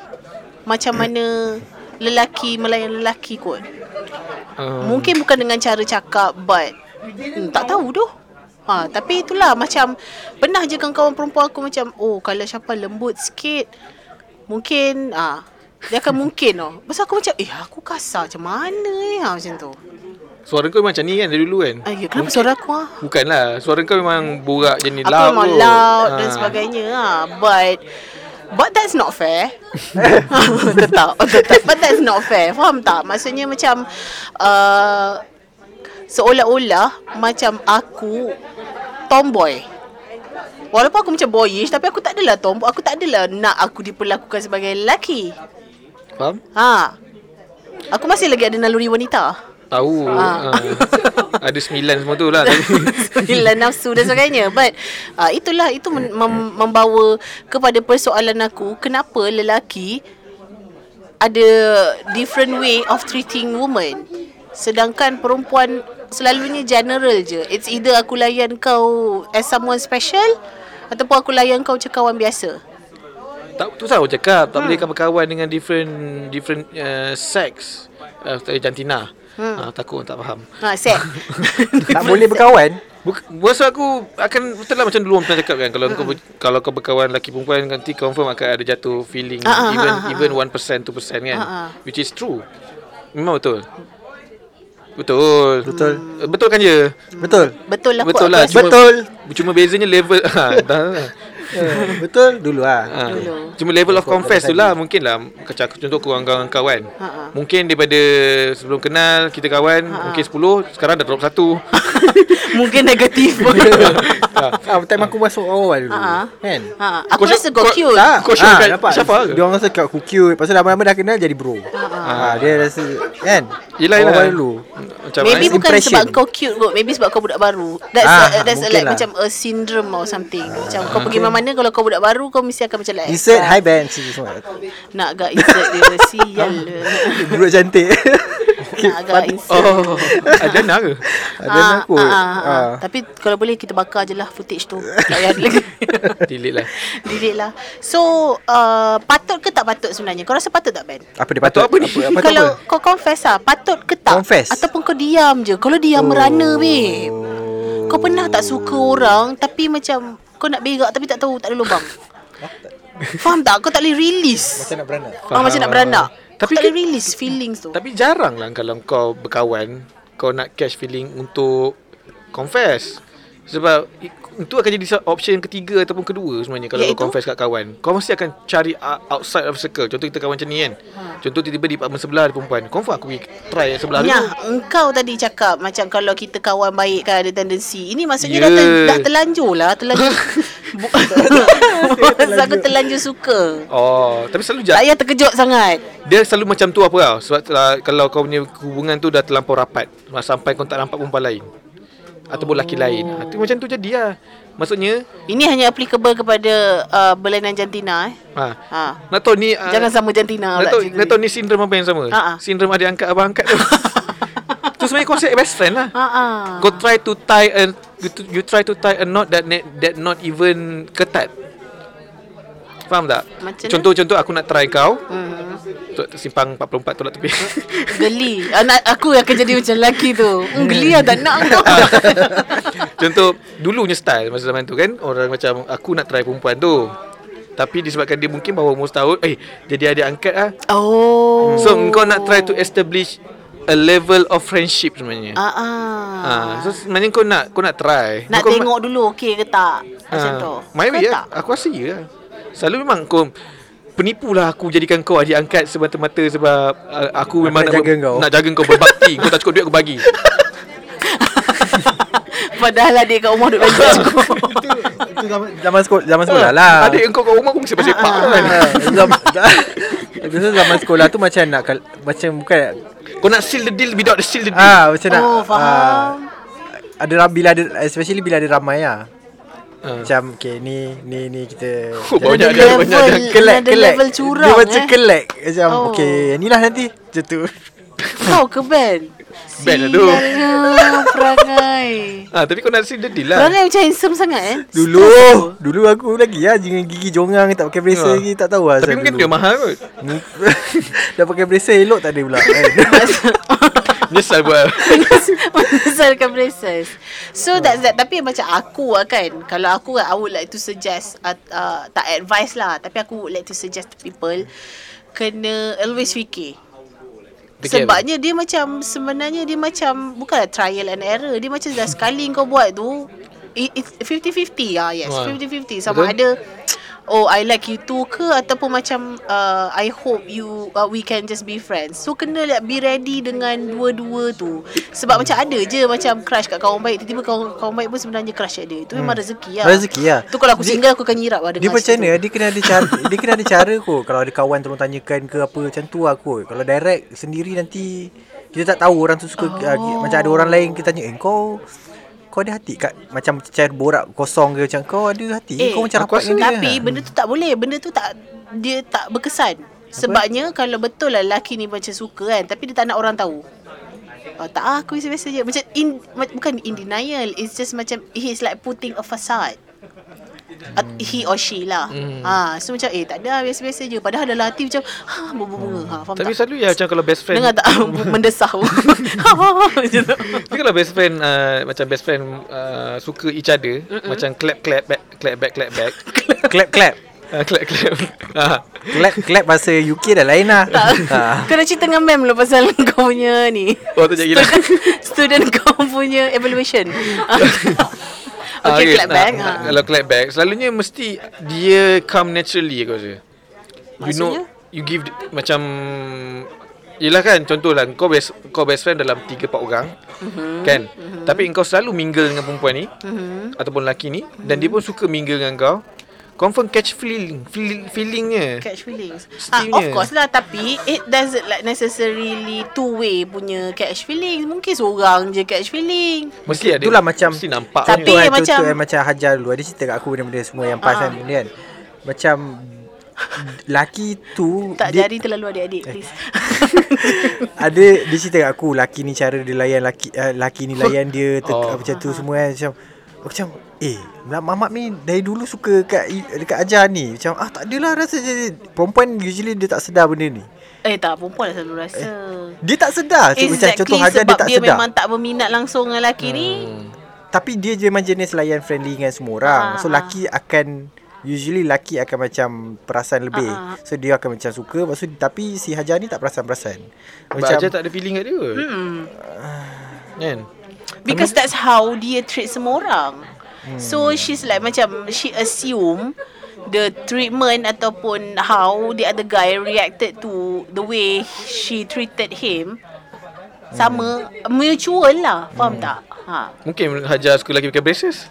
S2: macam mana lelaki melayan lelaki kot.
S1: Uh,
S2: Mungkin bukan dengan cara cakap but hmm, tak tahu tu. Ha, tapi itulah macam pernah je kan kawan perempuan aku macam oh kalau siapa lembut sikit mungkin ah dia akan mungkin oh. Pasal aku macam eh aku kasar macam mana ni ha, macam tu.
S1: suara kau macam ni kan dari dulu kan?
S2: Ayuh, kenapa suara aku ah?
S1: Bukanlah, suara kau memang borak je ni
S2: Aku
S1: loud.
S2: memang
S1: kot.
S2: loud dan
S1: Ah.
S2: sebagainya ah but But that's not fair Tetap Tetap But that's not fair Faham tak? Maksudnya macam uh, Seolah-olah Macam aku Tomboy Walaupun aku macam boyish Tapi aku tak adalah tomboy Aku tak adalah nak aku diperlakukan sebagai lelaki
S1: Faham?
S2: Ha Aku masih lagi ada naluri wanita
S1: Tahu.
S2: Ah.
S1: Ah. Ada sembilan semua tu lah.
S2: Hilang nafsu dan sebagainya But uh, Itulah Itu mem- mem- membawa Kepada persoalan aku Kenapa lelaki Ada Different way of treating woman Sedangkan perempuan Selalunya general je It's either aku layan kau As someone special Ataupun aku layan kau macam kawan biasa
S1: tak tu saya cakap tak
S2: Hmm.
S1: boleh kawan-kawan dengan different different uh, sex uh, jantina. Hmm. takut orang tak faham.
S2: Ha, set
S3: Tak boleh berkawan
S1: Buk- Masa aku akan betul lah macam dulu orang pernah cakap kan kalau kau ber- kalau kau berkawan lelaki perempuan kan, nanti confirm akan ada jatuh feeling
S2: Ah, ah,
S1: even
S2: ah, ah,
S1: even 1% 2% kan
S2: Ah, ah.
S1: which is true. Memang betul. Betul.
S3: Betul
S1: Eh, Betul kan je?
S3: Betul
S2: Betul lah kot
S1: Betul
S2: aku
S1: lah.
S2: rasa
S1: Cuma-
S3: Betul
S1: Cuma bezanya level ha, dah,
S3: Eh, Betul dulu lah
S1: ha.
S2: Dulu.
S1: Cuma level of
S3: Kau- kau
S1: confess tu
S3: tadi.
S1: lah Mungkin lah Macam aku contoh kurang kawan kan. kawan
S2: Ha, ha. Ah,
S1: Mungkin daripada Sebelum kenal Kita kawan Mungkin 10 Sekarang dah drop 1
S2: Mungkin negatif pun.
S3: ah, time aku masuk awal dulu
S2: Ah.
S3: Kan
S2: ha, aku
S1: Kau
S2: rasa
S1: syok-
S2: kau
S1: kau-
S2: cute.
S3: Tak
S1: Kau sure
S3: ah,
S1: kan?
S3: nampak?
S1: Siapa ke?
S3: Dia orang rasa kat aku cute Pasal lama-lama dah kenal jadi bro ah, Dia rasa Kan
S1: Yelah,
S3: Awal
S1: yelah.
S3: dulu
S1: Macam
S2: Maybe
S3: nice
S2: bukan
S3: impression.
S2: sebab kau cute kot Maybe sebab kau budak baru That's,
S3: Ah,
S2: a, that's a,
S3: mungkin
S2: like
S3: lah.
S2: macam a syndrome or something Macam kau pergi mana-mana Kalau kau budak baru Kau mesti akan macam like
S3: Insert
S2: ah,
S3: high band sini semua
S2: Nak agak insert dia Sial dia
S3: Budak cantik
S2: Nak agak insert
S1: Oh Ada nak ke
S3: oh, Ada
S2: Ah,
S3: nak kot
S2: ah, ah, ah.
S3: Ah.
S2: Tapi kalau boleh kita bakar je lah footage tu Tak payah ada lagi
S1: Delete lah
S2: Delete lah So uh, Patut ke tak patut sebenarnya Kau rasa patut tak Ben?
S3: Apa dia patut?
S1: Patut apa ni?
S3: Eh, apa, patut
S2: Kalau
S3: apa?
S2: kau confess lah Patut ke tak
S3: Confess.
S2: Ataupun kau diam je Kalau diam merana babe Kau pernah tak suka orang Tapi macam Kau nak berak tapi tak tahu Tak ada lubang Faham tak? Kau tak boleh release
S3: Macam nak beranak
S2: Faham, macam nak beranak
S1: Tapi
S2: Tapi Kau tak
S1: ke-
S2: boleh release feelings tu
S1: Tapi jarang lah kalau kau berkawan Kau nak catch feeling untuk confess Sebab i- itu akan jadi se- option ketiga ataupun kedua sebenarnya Kalau
S2: Iaitu?
S1: kau confess kat kawan Kau mesti akan cari o- outside of circle Contoh kita kawan macam ni kan Contoh tiba-tiba di apartment sebelah ada perempuan Confirm aku pergi try yang sebelah
S2: Nah,
S1: tu
S2: engkau tadi cakap macam kalau kita kawan baik kan ada tendensi. Ini maksudnya dah,
S1: Yeah.
S2: ter, dah terlanjur lah, terlanjur. Bu- Masa aku terlanjur suka.
S1: Oh, tapi selalu
S2: Tak
S1: jarang
S2: payah terkejut sangat.
S1: Dia selalu macam tu apa tau Sebab uh, kalau kau punya hubungan tu dah terlampau rapat Sampai kau tak nampak perempuan lain Ataupun lelaki lain ha, tu Macam tu jadi lah Maksudnya
S2: Ini hanya applicable kepada uh, berlainan jantina eh.
S1: ha,
S2: Ha.
S1: Nak tahu ni ah,
S2: Jangan sama jantina lah,
S1: Nak
S2: pula
S1: tahu,
S2: cerita
S1: nak tahu ni sindrom apa yang sama?
S2: Ha, ha.
S1: Sindrom adik angkat abang angkat tu. tu sebenarnya konsep best friend lah.
S2: Ha ah.
S1: Kau try to tie a you, to- you try to tie a knot that ne, that not even ketat. Faham tak?
S2: Macam
S1: Contoh-contoh aku nak try kau. Hmm. Simpang 44 tolak tepi.
S2: Geli. Anak aku yang akan jadi macam lelaki tu. Hmm, Geli lah tak nak kau.
S1: Ah. Contoh dulunya style masa zaman tu kan orang macam aku nak try perempuan tu. Tapi disebabkan dia mungkin bawa umur setahun, eh jadi adik angkat ah.
S2: oh.
S1: So kau nak try to establish a level of friendship sebenarnya.
S2: Ah ah.
S1: Ah, so sebenarnya kau nak kau nak try.
S2: Nak
S1: kau
S2: tengok dulu okey ke tak? Macam tu.
S1: Maybe Ah.
S2: Kau
S1: ya.
S2: tak?
S1: Aku rasa ya. lah. Selalu memang kau penipu lah aku jadikan kau adik angkat semata-mata sebab uh, aku memang
S3: nak jaga kau.
S1: nak jaga kau berbakti. kau tak cukup duit aku bagi.
S2: Padahal adik kat rumah duduk belajar cukup.
S3: Itu zaman, zaman, sekolah, zaman sekolah lah
S1: Ah,
S3: Ah.
S1: Adik kau kat rumah aku
S2: Ah.
S1: mesti sepak kan.
S3: Biasa zaman sekolah tu macam nak kal- Macam bukan
S1: Kau nak seal the deal without the seal the deal.
S3: ah Macam nak
S2: Oh, faham.
S3: ah, Ada ra- bila ada Especially bila ada ramai lah
S1: Ah.
S3: Macam okay ni Ni ni kita
S1: Oh, banyak
S2: Ada
S1: dia
S2: level-
S1: banyak dia.
S3: Kelek
S2: ada
S3: kelek
S2: level curang
S3: Dia macam
S2: eh.
S3: kelek Macam
S2: Oh.
S3: okay Ni lah nanti Macam tu
S2: Kau ke band?
S1: Band lah tu.
S2: Sialnya, perangai.
S1: Ah, tapi kau nak seal the deal lah.
S2: Perangai macam handsome sangat eh.
S3: Dulu Dulu aku lagi lah Dengan gigi jongang Tak pakai bracer
S1: Ah.
S3: lagi Tak tahu lah
S1: Tapi
S3: asal
S1: mungkin
S3: dulu.
S1: dia mahal kot.
S3: Dah pakai bracer elok tak ada pula kan?
S1: Nyesal buat.
S2: Menyesalkan braces So
S1: Hmm.
S2: that's that Tapi macam aku lah kan Kalau aku kan I would like to suggest uh, uh, Tak advice lah Tapi aku would like to suggest to people Kena always fikir
S1: Fikir apa?
S2: Sebabnya dia macam Sebenarnya dia macam Bukanlah trial and error Dia macam dah sekali kau buat tu it- It's 50-50 lah yes
S1: Wah.
S2: 50-50 Sama
S1: Betul.
S2: ada Oh I like you too ke Ataupun macam uh, I hope you uh, We can just be friends So kena like, be ready Dengan dua-dua tu Sebab macam ada je Macam crush kat kawan baik Tiba-tiba kawan, kawan baik pun Sebenarnya crush kat dia Itu memang rezeki lah
S3: Hmm. Rezeki lah.
S2: Tu kalau aku
S3: Dia-
S2: single Aku akan nyirap lah
S3: Dia
S2: dengan
S3: macam
S2: situ.
S3: mana Dia kena ada cara Dia kena ada cara kot Kalau ada kawan tolong tanyakan ke apa Macam tu lah kot Kalau direct sendiri nanti Kita tak tahu orang tu suka oh. Macam ada orang lain Kita tanya Eh kau Kau ada hati kat Macam cair borak kosong ke Macam kau ada hati eh, Kau macam
S1: aku
S3: rapat
S1: rasa
S3: dengan dia
S2: Tapi benda tu tak boleh Benda tu tak Dia tak berkesan Sebabnya kalau betul lah lelaki ni macam suka kan Tapi dia tak nak orang tahu Oh, tak ah, aku biasa-biasa je Macam in, ma- Bukan in denial It's just macam He's like putting a facade At, He or she lah
S3: Hmm.
S2: ha, So macam Eh tak ada lah, biasa-biasa je Padahal dalam hati macam ha, Bunga-bunga ha, Faham
S1: Tapi
S2: tak?
S1: selalu ya macam kalau best friend
S2: Dengar tak? Mendesah Ha, Macam tu
S1: Tapi kalau best friend uh, Macam best friend uh, Suka each other Mm-mm. Macam clap clap back Clap back clap back
S3: Clap clap
S1: uh, Clap clap uh,
S3: Clap clap bahasa UK dah lain lah
S2: Tak
S3: ha.
S2: Kau dah cerita dengan mem lah Pasal kau punya ni
S1: Oh tu jadi lah
S2: student kau punya evaluation.
S3: Ah,
S2: okay, okay, clap
S1: nah,
S2: back.
S1: nah,
S2: ha.
S1: Kalau clap back Selalunya mesti Dia come naturally aku rasa You know
S2: Maksudnya?
S1: You give Macam Yelah kan contohlah kau best kau best friend dalam 3 4 orang
S2: Mhm,
S1: mm-hmm. kan mm-hmm. tapi kau selalu mingle dengan perempuan ni mm-hmm. ataupun lelaki ni mm-hmm. dan dia pun suka mingle dengan kau confirm catch feeling feel, feelingnya
S2: catch feelings. Ah,
S1: Steamnya.
S2: of course lah tapi it doesn't like necessarily two way punya catch feelings. Mungkin seorang je catch feeling.
S1: mesti ada
S3: Itulah macam-
S1: mesti nampak
S2: Tapi
S3: Contoh kan,
S2: macam-
S3: contoh, eh, macam Hajar dulu Dia cerita kat aku benda-benda semua yang pas
S2: Ah.
S3: kan benda kan Macam Laki tu
S2: Tak
S3: dia,
S2: jadi terlalu adik-adik please.
S3: Ada Dia cerita kat aku Laki ni cara dia layan Laki, uh, laki ni layan dia ter,
S1: Oh.
S3: oh. Macam tu semua kan Macam Aku macam Eh Mak- Mamat ni Dari dulu suka Dekat, dekat Hajar ni Macam ah tak adalah rasa je. Perempuan usually Dia tak sedar benda ni
S2: eh tak perempuan lah selalu rasa.
S3: Dia tak sedar so, Eh, Macam contoh Hajar
S2: sebab
S3: dia tak
S2: dia
S3: sedar
S2: memang tak berminat langsung dengan lelaki hmm. ni.
S3: Tapi dia memang jenis layan friendly dengan semua orang.
S2: Ah,
S3: So
S2: ah.
S3: laki akan usually laki akan macam perasan lebih.
S2: Ah,
S3: So dia akan macam suka lepas tu tapi si Hajar ni tak perasan-perasan.
S1: macam
S3: Macam
S1: Hajar tak ada feeling kat dia
S2: Hmm.
S1: kan
S2: Because that's how dia treat semua orang. So she's like macam she assume the treatment ataupun how the other guy reacted to the way she treated him sama mutual lah. Faham tak? Ha.
S1: mungkin Hajar suka lelaki pakai braces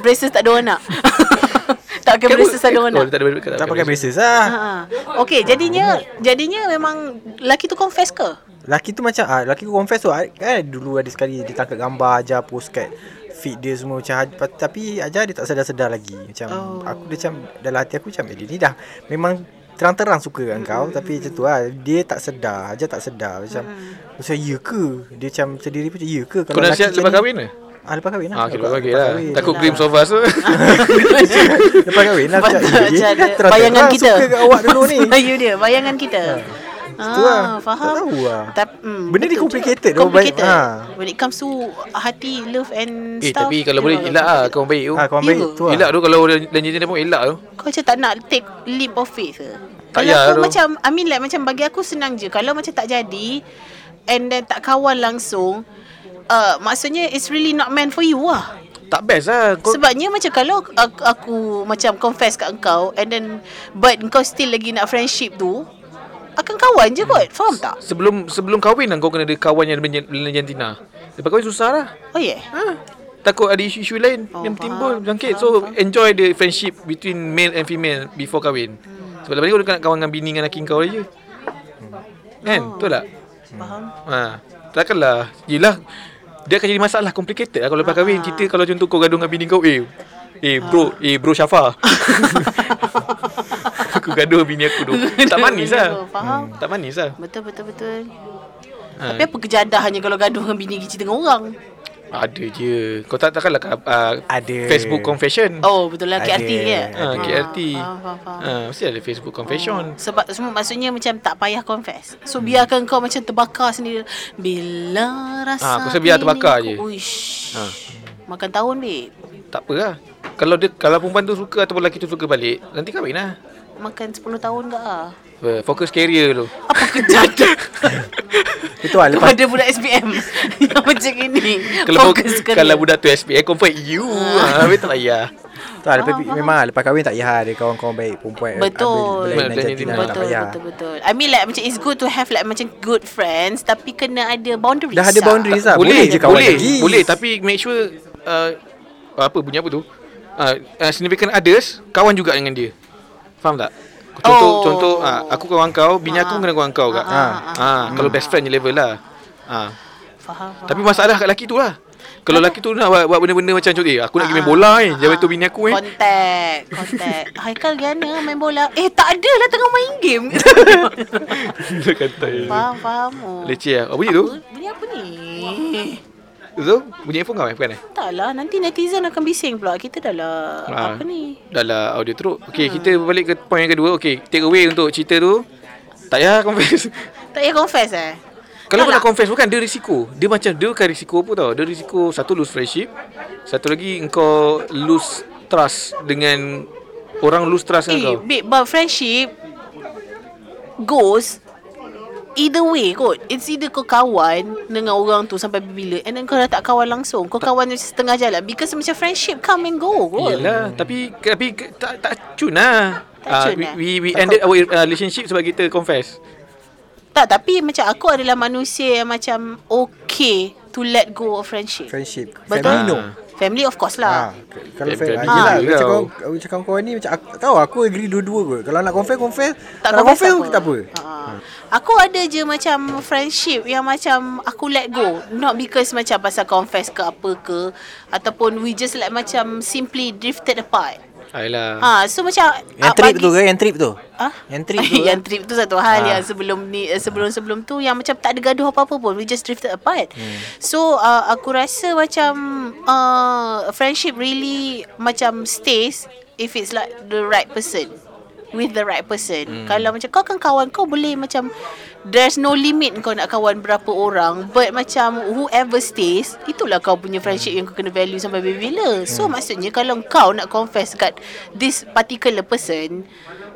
S2: braces tak ada orang nak. tak pakai
S1: Kan
S2: braces
S1: bu-
S2: tak ada orang
S1: oh,
S2: nak.
S1: dia tak ada tak
S3: tak pakai braces lah.
S2: Ha. Okay, jadinya jadinya memang laki tu confess ke?
S3: Laki tu macam ah laki aku confess tu ah, kan dulu ada sekali dia tangkap gambar Hajar post kat feed dia semua macam Haj- pa- tapi Hajar dia tak sedar-sedar lagi. Macam
S2: Oh.
S3: oh. aku dia macam dalam hati aku macam eh, dia ni dah memang terang-terang suka dengan kau
S2: Hmm.
S3: tapi macam tu lah dia tak sedar Hajar tak sedar macam
S2: Hmm.
S3: macam ya ke dia macam sendiri pun macam ya ke
S1: kau nasihat lepas
S3: lelaki macam ni-
S1: kahwin ke?
S3: Ah lepas kahwin lah.
S1: Ah, okay, lepas kahwin lah. Takut
S2: Yelah.
S1: cream sofa tu.
S3: lepas kahwin lah.
S2: Sebab
S3: Macam,
S2: tak macam
S3: eh, dah
S2: ada
S3: terang-terang
S2: bayangan kita.
S3: Suka kat awak dulu ni.
S2: Melayu dia, bayangan kita.
S3: Itu lah.
S2: Ah,
S3: Tak
S2: faham.
S3: tahu lah.
S2: Tap- mm,
S3: Benda ni
S2: betul
S3: complicated
S2: juga.
S3: tau,
S2: Complicated.
S3: baik-
S2: Ha. When it comes to hati, love and
S1: Eh,
S2: stuff.
S1: tapi kalau boleh elak ah, kau baik tu.
S3: Ah, kawan baik
S2: Ya.
S3: tu lah.
S1: Elak tu kalau dia janji dia pun elak tu.
S2: Kau macam tak nak take leap of faith ke?
S1: Tak
S2: Kalau
S1: payah
S2: aku
S1: tu.
S2: macam, I mean like macam bagi aku senang je. Kalau macam tak jadi, and then tak kawal langsung, uh, maksudnya it's really not meant for you lah.
S1: Tak best lah. Kau
S2: Sebabnya macam kalau aku, aku macam confess kat engkau and then but engkau still lagi nak friendship tu akan kawan je kot. Faham tak?
S1: Sebelum sebelum kahwin lah kau kena ada kawan yang belen- belanja jantina. Lepas kahwin susah lah.
S2: Oh yeah.
S1: Ha. Takut ada isu-isu lain
S2: Oh,
S1: oh, yang
S2: faham,
S1: timbul jangkit.
S2: faham,
S1: So
S2: faham.
S1: enjoy the friendship between male and female before kahwin. Sebab lepas ni kau nak kawan dengan bini dengan laki kau aja. Kan? Betul tak?
S2: Faham?
S1: Ha. Takkanlah. Yelah. Dia akan jadi masalah complicated lah kalau lepas kahwin. Kita kalau contoh kau gaduh dengan bini kau, eh, eh bro,
S2: Ah.
S1: eh bro Syafa. aku gaduh dengan bini aku tu. Tak manis lah.
S2: Faham?
S1: Tak manis lah.
S2: Betul betul betul.
S1: Ha.
S2: Tapi apa kejadahannya kalau gaduh dengan bini kita dengan orang?
S1: Ada je. Kau tak takkanlah uh,
S3: Ada.
S1: Facebook confession.
S2: Oh betul lah
S3: Ada.
S2: KRT ya.
S1: Ha, KRT.
S2: Faham faham. faham.
S1: Ha, mesti ada Facebook confession.
S2: Sebab semua maksudnya macam tak payah confess. So biarkan kau macam terbakar sendiri. Bila rasa
S1: Hmm. Ah, aku rasa biar
S2: ini
S1: terbakar
S2: aku-
S1: je.
S2: Uish.
S1: Ha.
S2: Makan tahun babe.
S1: Tak apalah. Kalau dia kalau perempuan tu suka ataupun lelaki tu suka balik, nanti kahwin lah.
S2: Makan 10 tahun ke ah.
S1: Apa, Fokus career dulu.
S2: Apa kejadian
S3: Itu lah lepas
S2: kepada budak SPM yang macam ini.
S1: Kalau
S2: Fokus Ah.
S1: Fokus
S2: kerja.
S1: kalau budak tu SPM confirm you. Ha, habis tak payah.
S3: tu lah, lepas memang lah, lepas kahwin tak payah ada kawan-kawan baik perempuan.
S2: Betul.
S3: Ambil belainan
S1: Betul,
S3: jantina, tak
S2: Betul,
S3: payah.
S2: betul, betul. I mean like macam it's good to have like macam good friends tapi kena ada boundaries.
S3: Dah ada
S2: lah.
S3: boundaries lah.
S1: boleh,
S3: je
S1: boleh,
S3: kawan
S1: boleh,
S3: lagi.
S1: boleh tapi make sure uh, apa bunyi apa tu? Uh, uh, significant others kawan juga dengan dia. Faham tak? Contoh
S2: Oh.
S1: oh. contoh uh, aku kawan kau, bini aku kena kawan kau kat.
S2: Ah,
S1: Ha.
S2: ah,
S1: Ha, kalau best friend je level lah. Ha.
S2: Faham. faham.
S1: Tapi masalah kat lelaki tu lah Kalau lelaki tu nak buat, buat benda-benda macam contoh Eh aku nak pergi
S2: Ah.
S1: main bola eh Jangan tu bini aku eh
S2: Kontak, kontak. Haikal Giana main bola. Eh tak ada lah tengah main game.
S1: Dia kata eh.
S2: faham, faham. Oh.
S1: Leceh lah Oh bunyi tu
S2: Bunyi apa ni?
S1: Tu bunyi handphone kau eh bukan eh
S2: Taklah, lah, nanti netizen akan bising pula. Kita dah lah,
S1: Ah.
S2: apa ni?
S1: Dah lah audio teruk Okay kita
S2: Hmm.
S1: balik ke point yang kedua Okay take away untuk cerita tu Tak payah confess
S2: Tak payah confess eh?
S1: Kalau kau
S2: Tak
S1: nak confess bukan dia risiko Dia macam dia bukan risiko pun tau Dia risiko satu lose friendship Satu lagi engkau lose trust dengan Orang lose trust
S2: Eh,
S1: dengan kau
S2: babe, but friendship goes either way kot. It's either kau kawan dengan orang tu sampai bila and then kau dah tak kawan langsung. Kau kawan macam setengah jalan because macam friendship come and go kot.
S1: Yelah Tapi Tapi ke- tak, tak cun lah uh,
S2: Terjun,
S1: we,
S2: eh?
S1: we, we ended our uh, relationship sebab kita confess.
S2: Tak tapi macam aku adalah manusia yang macam okay to let go of friendship.
S3: Friendship
S2: Betul?
S3: Family no
S1: Ah.
S2: Family of course
S3: Ah,
S2: lah.
S3: kalau
S1: Eh,
S3: fair
S1: berani
S3: ah, yelah,
S1: juga
S3: macam
S1: kau.
S3: kau aku cakap kawan ni macam aku, tahu aku agree dua-dua kot. Kalau nak confess confess,
S2: Tak
S3: nak
S2: confess
S3: pun tak apa.
S2: Ha. Aku ada je macam friendship yang macam aku let go. Not because macam pasal confess ke apa ke. Ataupun we just like macam simply drifted apart.
S1: Ayolah.
S2: Ha, so macam ah,
S3: Yang trip
S2: bagi-
S3: tu ke? Yang trip tu?
S2: Ah?
S3: Yang trip tu
S2: yang
S3: ke?
S2: trip tu satu hal
S3: Ah.
S2: yang sebelum ni eh, sebelum-sebelum tu yang macam tak ada gaduh apa-apa pun we just drifted apart.
S3: Hmm.
S2: So uh, aku rasa macam uh, friendship really macam stays if it's like the right person with the right person.
S3: Hmm.
S2: Kalau macam kau kan kawan kau boleh macam there's no limit kau nak kawan berapa orang but macam whoever stays itulah kau punya friendship
S3: Hmm.
S2: yang kau kena value sampai bila-bila. So maksudnya kalau kau nak confess kat this particular person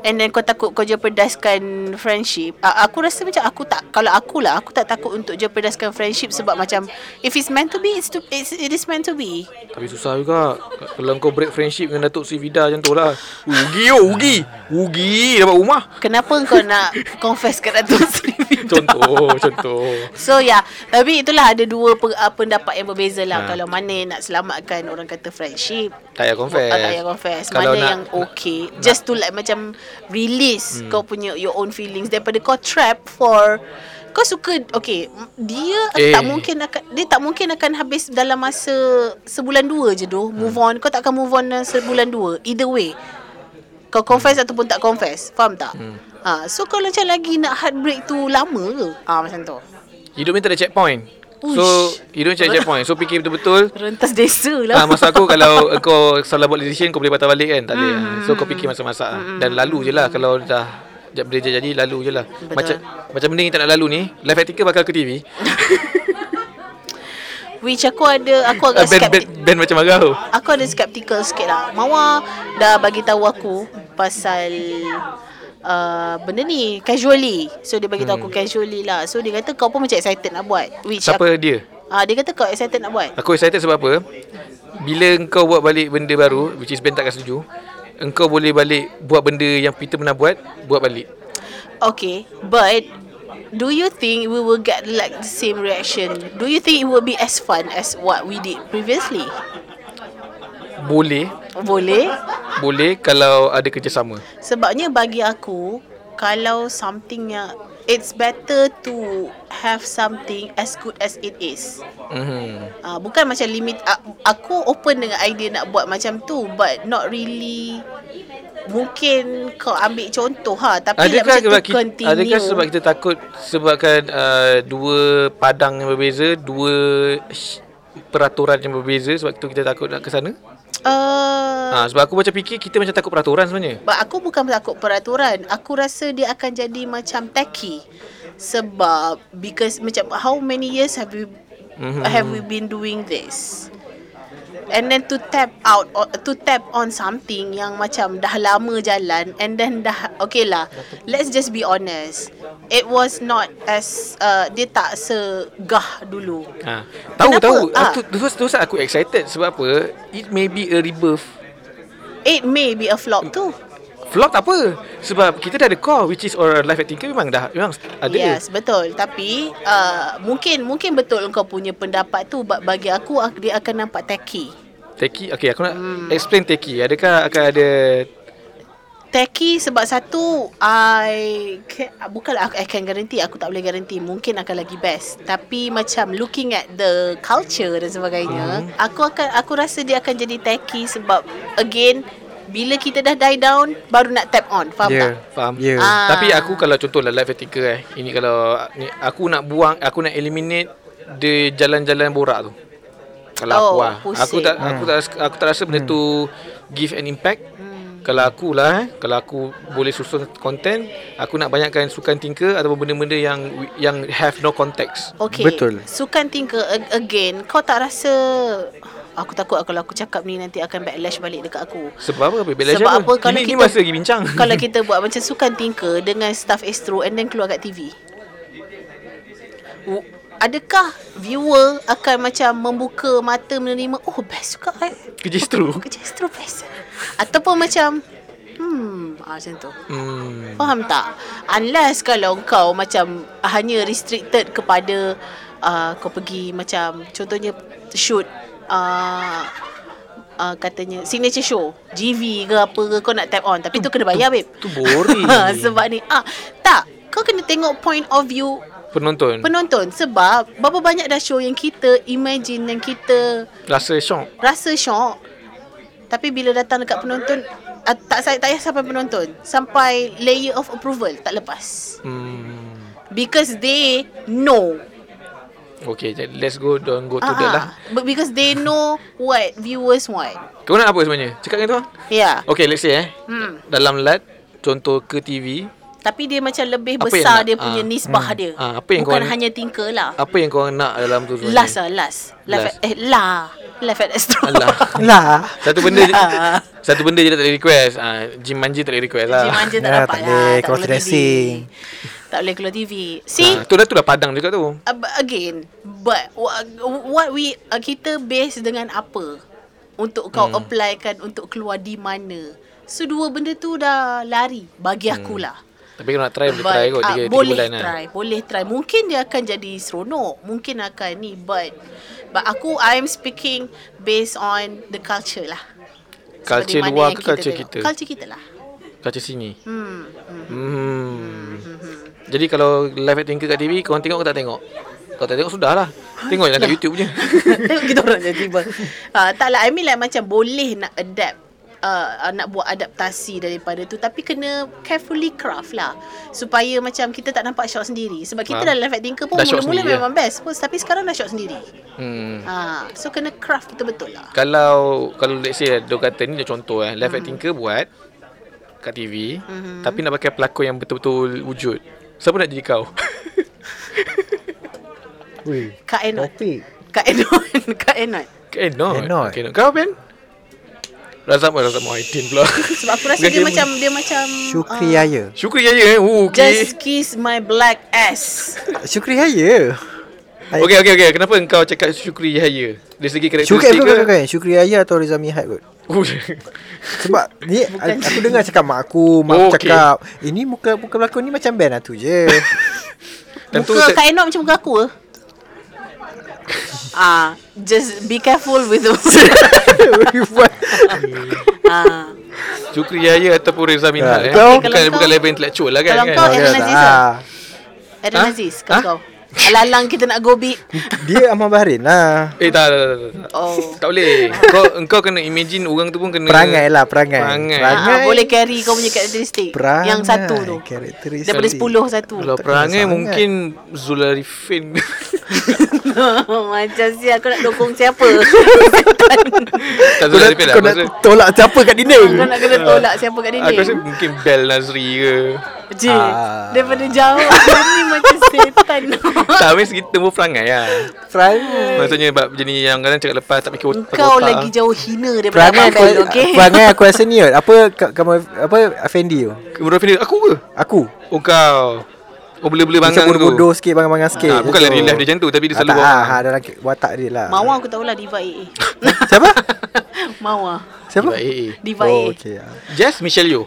S2: and then kau takut kau jeopardaskan friendship. Uh, aku rasa macam aku tak kalau aku lah aku tak takut untuk jeopardaskan friendship sebab macam if it's meant to be it's to it's, it is meant to be.
S1: Tapi susah juga. Kalau kau break friendship dengan Datuk Sri Vida macam tu lah. Ugi yo, ugi. Ugi dapat rumah.
S2: Kenapa kau nak confess kat Datuk Sri Vida?
S1: Contoh, contoh.
S2: So ya, yeah. tapi itulah ada dua pe- uh, pendapat yang berbeza lah
S1: Ha.
S2: ha. kalau mana yang nak selamatkan orang kata friendship.
S1: Tak payah confess.
S2: Ah, tak payah confess.
S1: Kalau
S2: mana
S1: nak-
S2: yang okay. Just to like macam release hmm. kau punya your own feelings daripada kau trap for kau suka okay m- dia
S1: Eh.
S2: eh. tak mungkin akan dia tak mungkin akan habis dalam masa sebulan dua je doh
S1: Hmm.
S2: move on kau tak akan move on dalam sebulan dua either way kau confess ataupun tak confess faham tak hmm. ha so kalau macam lagi nak heartbreak tu lama ke ah macam tu
S1: Hidup ni tak ada checkpoint. So,
S2: Uish.
S1: hidup ni tak ada checkpoint. So, fikir betul-betul.
S2: rentas desa lah
S1: Ah, masa aku kalau kau salah buat decision kau boleh patah balik kan tak boleh
S2: Hmm,
S1: so kau fikir masa-masa dan lalu je lah kalau dah jap bila dia jadi lalu je lah
S2: Betul.
S1: macam macam benda yang tak nak lalu ni live article bakal ke TV
S2: Which aku ada Aku
S1: Ah, band, band,
S2: agak skeptik
S1: band macam marah tu
S2: Aku ada skeptical sikit lah Mawar dah bagi tahu aku Pasal uh, Benda ni Casually So dia bagi tahu aku casually lah So dia kata kau pun macam excited nak buat Which
S1: siapa
S2: aku,
S1: dia
S2: uh, Dia kata kau excited nak buat
S1: aku excited sebab apa bila engkau buat balik benda baru which is band takkan setuju engkau boleh balik buat benda yang Peter pernah buat buat balik
S2: Okay But Do you think we will get like the same reaction? Do you think it will be as fun as what we did previously?
S1: boleh
S2: Boleh?
S1: boleh kalau ada kerjasama
S2: Sebabnya bagi aku kalau something yang it's better to have something as good as it is.
S1: mhm
S2: Uh, bukan macam limit a- aku open dengan idea nak buat macam tu but not really mungkin kau ambil contoh ha tapi like
S1: Adakah
S2: macam
S1: sebab
S2: tu
S1: kita,
S2: continue.
S1: adakah sebab kita takut sebabkan uh, dua padang yang berbeza, dua sh- peraturan yang berbeza sebab tu kita takut nak ke sana?
S2: uh,
S1: Ha, sebab aku macam fikir kita macam takut peraturan sebenarnya.
S2: But aku bukan takut peraturan. Aku rasa dia akan jadi macam tacky. Sebab because macam how many years have we
S1: Mhm.
S2: mm-hmm. have we been doing this? And then to tap out or to tap on something yang macam dah lama jalan and then dah okay lah. Let's just be honest. It was not as uh, dia tak segah dulu.
S1: Ha. Tahu
S2: Kenapa?
S1: tahu.
S2: Ah.
S1: Aku terus terus aku excited sebab apa? It may be a rebirth.
S2: It may be a flop too.
S1: Vlog tak apa Sebab kita dah ada core Which is or live at Tinker Memang dah Memang ada
S2: Yes, betul. Tapi uh, mungkin mungkin betul kau punya pendapat tu but bagi aku ak- dia akan nampak tacky.
S1: Teki Okay aku nak
S2: Hmm.
S1: Explain Teki Adakah akan ada
S2: Tacky sebab satu I can, bukanlah aku I can guarantee aku tak boleh guarantee mungkin akan lagi best tapi macam looking at the culture dan sebagainya hmm. aku akan aku rasa dia akan jadi tacky sebab again bila kita dah die down baru nak tap on faham yeah. tak
S1: Faham?
S3: Ya.
S2: Ah.
S1: Tapi aku kalau contohlah live vertical eh. Ini kalau ni, aku nak buang, aku nak eliminate the jalan-jalan borak tu. Kalau aku
S2: Oh,
S1: lah.
S2: pusing.
S1: Aku tak aku tak rasa- aku tak rasa benda tu give an impact.
S2: Hmm.
S1: Kalau aku lah eh, kalau aku boleh susun konten, aku nak banyakkan sukan tinker ataupun benda-benda yang yang have no context.
S2: Okay
S3: Betul.
S2: Sukan Tinker a- again Kau tak rasa Aku takut lah kalau aku cakap ni Nanti akan backlash balik dekat aku
S1: Sebab apa? Bela
S2: Sebab apa kalau
S1: ini, ini
S2: kita
S1: masa lagi bincang.
S2: Kalau kita buat macam Sukan Tinker Dengan staff Astro And then keluar kat TV W- Adakah viewer akan macam membuka mata menerima Oh best juga eh
S1: kerja seru.
S2: Kerja Astro best Ataupun macam Hmm, ah, macam tu.
S1: Hmm.
S2: Faham tak? Unless kalau kau macam hanya restricted kepada uh, kau pergi macam contohnya shoot uh, uh, katanya signature show GV ke apa ke kau nak tap on tapi tu kena bayar babe.
S1: Tu boring.
S2: Sebab ni ah tak kau kena tengok point of view
S1: Penonton
S2: penonton sebab berapa banyak dah show yang kita imagine yang kita
S1: rasa syok.
S2: rasa syok tapi bila datang dekat penonton ah, tak saya tak payah sampai penonton sampai layer of approval tak lepas
S1: Hmm.
S2: because they know
S1: Okay, jadi let's go don't go to
S2: Ah,
S1: that lah.
S2: But because they know what viewers want
S1: Kau nak apa sebenarnya? Cakap dengan tu lah.
S2: yeah
S1: Okay, let's say eh.
S2: hmm.
S1: Dalam lat, contoh ke TV,
S2: tapi dia macam lebih
S1: Apa yang
S2: besar
S1: nak-
S2: dia punya
S1: ah.
S2: nisbah dia
S1: Ah, apa yang
S2: bukan
S1: kau-
S2: hanya tinker lah
S1: apa yang kau nak dalam tu sebenarnya?
S2: last lah last life
S1: Last.
S2: at, eh lah life at Astro
S1: Alah.
S3: Lah.
S1: Satu benda je,
S2: Lah.
S1: Satu benda je dia tak boleh request. Ah, Jim Manji tak boleh request lah.
S2: Cik manja tak
S3: Ya,
S2: dapat
S3: tak
S2: lah
S3: boleh
S2: Tak boleh
S3: cross-dressing.
S2: Tak boleh keluar TV See
S1: Ah, tu dah tu dah padang juga tu.
S2: Uh, but again, but wha- what we uh, kita base dengan apa untuk kau hmm. applykan untuk keluar di mana. So dua benda tu dah lari bagi aku lah.
S1: Tapi kalau nak try Hmm. boleh try kot
S2: ah,
S1: 3
S2: boleh
S1: bulan lah.
S2: try, boleh try. Mungkin dia akan jadi seronok, mungkin akan ni but but aku I'm speaking based on the culture lah.
S1: Culture
S2: Seperti mana
S1: luar
S2: yang
S1: ke culture
S2: tengok.
S1: kita?
S2: Culture kita lah.
S1: Kaca sini.
S2: Hmm. hmm.
S1: Hmm. Jadi kalau live at Tinker kat TV, korang tengok ke tak tengok? Kalau tak tengok, sudahlah. Tengok
S2: Ya.
S1: je kat YouTube je.
S2: Tengok kita orang je tiba. Uh, tak lah, I mean like macam boleh nak adapt. Uh, uh, nak buat adaptasi daripada tu tapi kena carefully craft lah supaya macam kita tak nampak shot sendiri sebab kita
S1: Faham.
S2: dalam effect thinker pun
S1: Ah. Dah shot
S2: mula-mula
S1: sendiri, ya?
S2: memang best pun tapi sekarang dah shot sendiri
S1: Hmm.
S2: ha, so kena craft betul-betul lah
S1: Kalau kalau let's say dia kata ni dia contoh eh, live acting ke buat kat TV
S2: Mhm.
S1: tapi nak pakai pelakon yang betul-betul wujud. Siapa nak jadi kau?
S3: Weh.
S2: Kak Enot
S3: Topik.
S2: Kak Enot Kak Enot
S1: Kan not.
S3: Cannot.
S1: Cannot. Kau Ben? Razam oh, Razam Muhaiddin pula.
S2: sebab aku rasa
S1: Bukan
S2: dia
S1: Kak
S2: macam dia macam
S3: Syukri ya.
S2: ah,
S3: Haya.
S1: Syukri Yaya eh. Oh, okay.
S2: just kiss my black ass
S3: Syukri Haya.
S1: Okay, okay, okay. Kenapa engkau cakap Syukri Yahaya? Dari segi
S3: Syukri
S1: karakteristik
S3: bukan, bukan,
S1: ke?
S3: bukan. Syukri Haya atau Rizal Mihad kot.
S1: Oh,
S3: Sebab ni a- aku dengar cakap mak aku, mak aku
S1: Oh, okay.
S3: cakap, ini muka muka pelakon ni macam band lah tu je.
S1: Tentu
S2: muka
S1: tak-
S2: Kak Enok macam muka aku ke? Ah, just be careful with those.
S3: Buat.
S2: ah.
S1: Syukri Yahaya ataupun Reza Minhal
S3: Ah,
S1: eh.
S3: kau-
S1: bukan
S2: kalau
S1: bukan
S2: kau-
S1: level intellectual lah kan.
S2: kalau
S1: kan?
S2: kau-
S3: Okay
S2: Aaron
S3: lah.
S2: Aziz lah.
S3: Ah,
S2: Aaron
S1: Ha?
S2: Aziz kau kau. Alang-alang kita nak go big.
S3: Dia Ahmad Bahrain lah.
S1: Eh tak tak tak, tak, tak.
S2: Oh.
S1: Tak boleh. Kau engkau kena imagine orang tu pun kena
S3: Perangai lah, perangai.
S1: Perangai.
S2: Ah, ah, boleh carry kau punya karakteristik.
S3: Perangai.
S2: Yang satu tu.
S3: Karakteristik.
S2: Daripada sepuluh satu.
S1: Kalau
S3: Oh, Tak
S1: perangai
S3: kena sangat.
S1: mungkin Zularifin
S2: Macam si aku nak dokong siapa.
S1: Tak
S3: Kau nak,
S1: Zularifin lah
S3: kau
S1: Aku
S3: nak
S1: rasa
S3: tolak siapa kat dinding?
S2: kau nak kena tolak siapa kat
S1: Aku rasa
S2: dinding.
S1: mungkin Bel Nazri ke
S2: Cik,
S3: Ah.
S2: daripada jauh. ni macam setan.
S1: Tak habis kita pun perangai lah
S3: Perangai.
S1: Maksudnya bab jenis yang kadang cakap lepas Tak fikir otak
S2: Kau lagi jauh hina daripada
S3: Perangai aku,
S2: Ahmad Dahil, okay?
S3: perangai aku rasa ni kot. Apa ka- kamu apa Fendi tu?
S1: Murafin aku ke?
S3: Aku.
S1: Oh kau Oh bela-bela bangang
S3: Macam
S1: tu
S3: bodoh-bodoh sikit, bangang-bangang sikit.
S1: Ah, bukanlah
S3: Macam
S1: real
S3: tu.
S1: life dia macam tu, tapi dia
S3: Ah,
S1: selalu
S3: tak,
S1: bangang.
S3: ah, ah, dalam ke- watak dia lah.
S2: Mawar aku tahulah Diva AA.
S3: Siapa?
S2: Mawar.
S3: Siapa?
S1: Baik, eh, eh.
S2: Diva
S3: Oh,
S2: AA.
S3: okay. ah.
S1: Jess Michelle Yeoh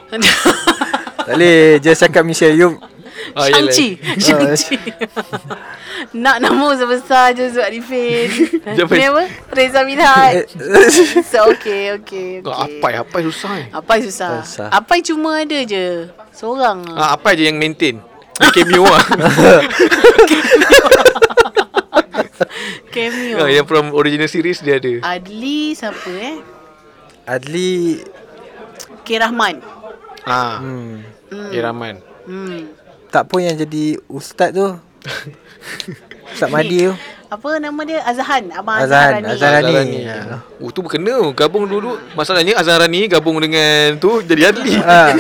S3: Tak boleh just cakap Michelle you
S1: Ah, yelah.
S2: Shang-Chi Shang-Chi Nak nama sebesar je Zuat Arifin
S1: Siapa?
S2: Ni apa? Reza Minhaj So okay okay,
S1: Kau
S2: okay.
S1: Ah, apai Apai susah eh
S2: Apai susah
S3: Susah.
S2: Apai cuma ada je Seorang lah
S1: ah, Apai je yang maintain Cameo lah
S2: Cameo
S1: Ah, Yang from original series dia ada
S2: Adli siapa eh
S3: Adli
S2: K. Rahman
S1: Ah,
S3: hmm,
S1: Eh Rahman
S2: hmm.
S3: tak pun yang jadi ustaz tu. Ustaz Madi tu.
S2: Apa nama dia Azhan Abang
S3: Azhan,
S2: Azhan, Rani.
S3: Azhan. Azharani. Ya.
S1: Azharani. Oh tu berkena Gabung dulu Masalahnya Azharani Gabung dengan tu Jadi Adli
S3: Ah.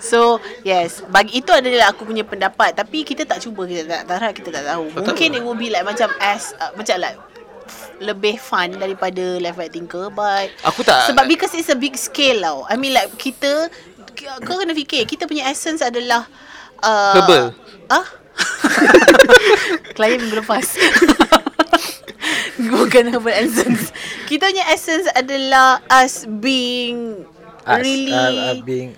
S2: So yes Bagi itu adalah aku punya pendapat Tapi kita tak cuba Kita tak tahu Kita tak tahu
S1: Tak
S2: Mungkin
S1: tahu.
S2: it will be like Macam as uh, Macam like Lebih fun Daripada Left Right Thinker But
S1: Aku tak
S2: Sebab because it's a big scale tau I mean like kita k- Kau kena fikir Kita punya essence adalah uh,
S1: Herbal.
S2: Ah? Klien minggu lepas Bukan herbal essence Kita punya essence adalah Us being
S3: us,
S2: Really?
S3: uh, uh, being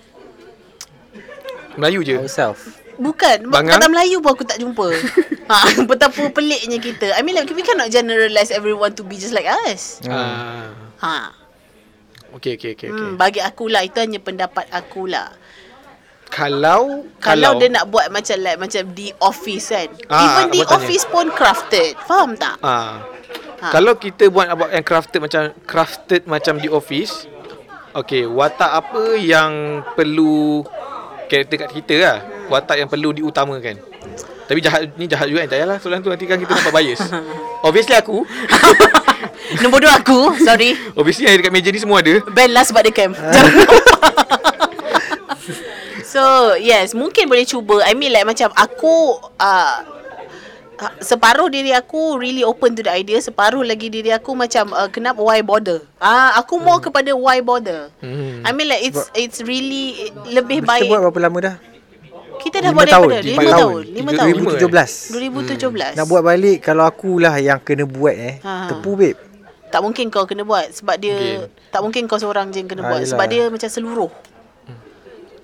S1: Melayu je.
S3: ourselves.
S2: Bukan
S1: Bangang?
S2: Kata Melayu pun aku tak jumpa ha, Betapa peliknya kita I mean like We cannot generalize everyone to be just like us
S3: Hmm.
S1: Ah.
S2: ha.
S1: Okey okey okey
S2: Okay.
S1: okey.
S2: Hmm, bagi akulah Itu hanya pendapat akulah
S1: Kalau
S2: kalau, dia nak buat macam like macam The Office kan.
S1: Ah,
S2: Even
S1: aku
S2: The
S1: tanya.
S2: Office pun crafted. Faham tak?
S1: Ah. Ha.
S2: Ha.
S1: Kalau kita buat abang yang crafted macam crafted macam di office. Okay, watak apa yang perlu karakter kat kita lah. Watak yang perlu diutamakan. Tapi jahat ni jahat juga kan. Tak payahlah soalan tu nanti kan kita nampak bias. Obviously aku.
S2: Nombor dua aku, sorry.
S1: Obviously yang dekat meja ni semua ada.
S2: Band lah sebab dia camp. Jangan So yes Mungkin boleh cuba I mean like macam Aku uh, uh, Separuh diri aku Really open to the idea Separuh lagi diri aku Macam uh, Kenapa why bother Ah, Aku more
S3: Hmm.
S2: kepada Why bother
S1: Hmm.
S2: I mean like It's it's really Lebih
S3: Kita
S2: baik
S3: buat berapa lama dah?
S2: Kita dah
S3: Lima
S2: buat
S3: tahun,
S2: daripada
S3: lima
S2: 5
S3: tahun.
S2: tahun 5 tahun 2017
S3: 2017. Nak buat balik kalau akulah yang kena buat eh.
S2: Ha.
S3: Tepu babe.
S2: Tak mungkin kau kena buat Sebab dia okay. Tak mungkin kau seorang je yang kena
S3: Ah,
S2: buat
S3: yelah.
S2: Sebab dia macam seluruh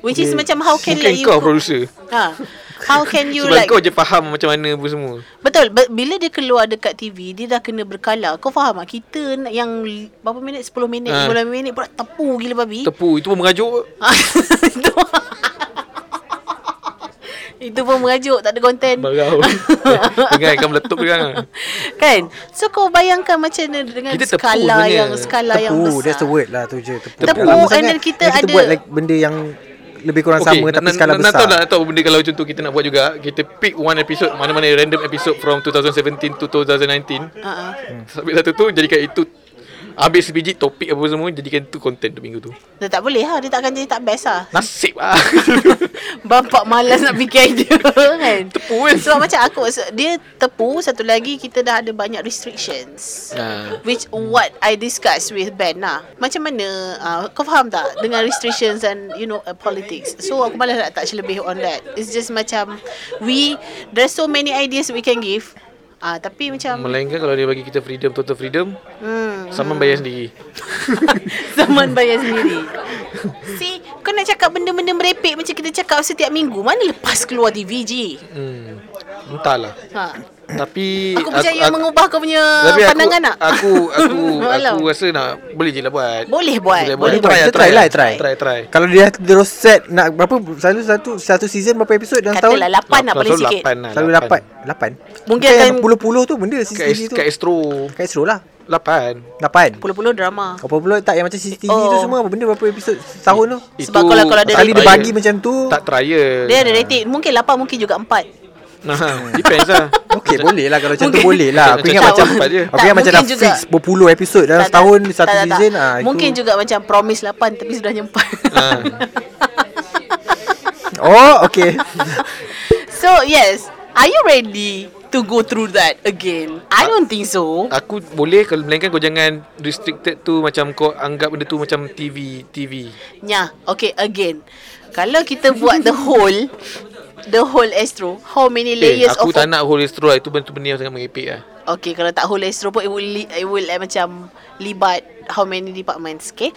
S2: Which is
S3: Mungkin-
S2: macam How can
S1: Hmm. Mungkin
S2: like you
S1: kau
S2: cook-
S1: producer.
S2: ha. How can you
S1: Sebab
S2: like
S1: kau je faham macam mana apa semua.
S2: Betul be- Bila dia keluar dekat TV Dia dah kena berkala Kau faham tak Kita nak yang li- Berapa minit 10 minit
S1: Ah.
S2: 15 minit Pula tepu gila babi
S1: Tepu itu pun mengajuk.
S2: Ah, Itu Itu pun merajuk Tak ada konten
S1: Barau. Dengar kan meletup kan.
S2: Kan So kau bayangkan macam mana Dengan
S1: Kita tepu
S2: skala
S1: sebenarnya.
S2: yang Skala Lah yang
S3: Tepu,
S2: besar
S3: that's the word lah tu je.
S2: Tepu,
S3: Tepu. Dah lama
S2: and
S3: sangat
S2: then kita
S3: yang kita
S2: ada-
S3: buat like, benda yang lebih kurang okay, sama
S1: nak-
S3: tapi
S1: nak-
S3: skala
S1: nak,
S3: besar.
S1: Nak tahu tak nak lah, tahu benda kalau contoh kita nak buat juga, kita pick one episode mana-mana random episode from 2017 to 2019.
S2: Ah, ah.
S3: Hmm.
S1: Sampai satu tu jadikan itu habis sebiji topik apa semua jadikan tu content tu minggu tu.
S2: Dia tak boleh lah Dia tak akan jadi tak best lah
S1: Nasib ah.
S2: Bapak malas nak fikir idea kan
S1: Tepu kan.
S2: Sebab macam aku se- Dia tepu Satu lagi kita dah ada banyak restrictions
S1: Ah.
S2: Which what I discuss with Ben lah Macam mana uh, Kau faham tak Dengan restrictions and you know uh, politics So aku malas nak touch lebih on that It's just macam We There's so many ideas we can give Ah, uh, Tapi macam
S1: Melainkan kalau dia bagi kita freedom total freedom,
S2: hmm,
S1: saman bayar sendiri.
S2: Zaman bayar sendiri See Kau nak cakap benda-benda merepek Macam kita cakap setiap minggu Mana lepas keluar TV je
S1: Hmm. Entahlah.
S2: ha.
S1: Tapi
S2: Aku percaya mengubah kau punya
S1: tapi aku,
S2: Ah, pandangan nak.
S1: Aku aku
S2: Walau.
S1: aku rasa nak boleh je lah buat.
S2: Boleh buat, boleh
S3: buat. Kita try lah, try.
S1: Try try.
S3: Kalau dia terus set nak berapa selalu satu satu season berapa episod dalam setahun?
S2: Katalah 8 lah paling
S1: Selalu
S2: sikit.
S1: lapan lah,
S3: Selalu
S1: lapan.
S3: dapat 8.
S2: Mungkin akan-
S3: puluh-puluh tu benda
S1: Kat,
S3: CCTV tu.
S1: kat Astro
S3: Kat Astro lah.
S1: 8
S3: 8.
S2: Puluh-puluh drama.
S3: Apa pula tak yang macam CCTV tu
S2: Oh.
S3: semua apa benda berapa episod setahun tu?
S2: Sebab kalau- kalau ada
S3: Sekali dia
S1: trial.
S3: bagi macam tu.
S1: Tak trial
S2: Dia ada rating mungkin 8 mungkin juga 4.
S1: Nah Depends lah
S3: Okey boleh lah Kalau macam tu
S2: Mungkin-
S3: boleh lah
S1: Macam
S3: Aku ingat
S1: tak
S3: macam
S1: dapat je.
S3: Aku
S2: Tak,
S3: ingat macam dah
S2: mungkin juga.
S3: fix Berpuluh episod Dalam setahun Satu season ah, itu-
S2: Mungkin juga macam promise 8 tapi sudah nyempat.
S1: Ah.
S3: Oh okey
S2: so yes, are you ready to go through that again? I don't think so.
S1: Aku boleh Kalau melainkan kau jangan Restricted tu Macam kau anggap benda tu Macam TV TV
S2: Yeah, Ya, okay again. Kalau kita buat the whole the whole Astro, how
S1: Eh
S2: many layers
S1: aku
S2: Ya, of
S1: tak nak Holy Astro lah Itu benda, tu benda yang sangat mengepek lah
S2: Okay, kalau tak whole Astro pun it will, li- it will eh, macam libat how many departments, okay?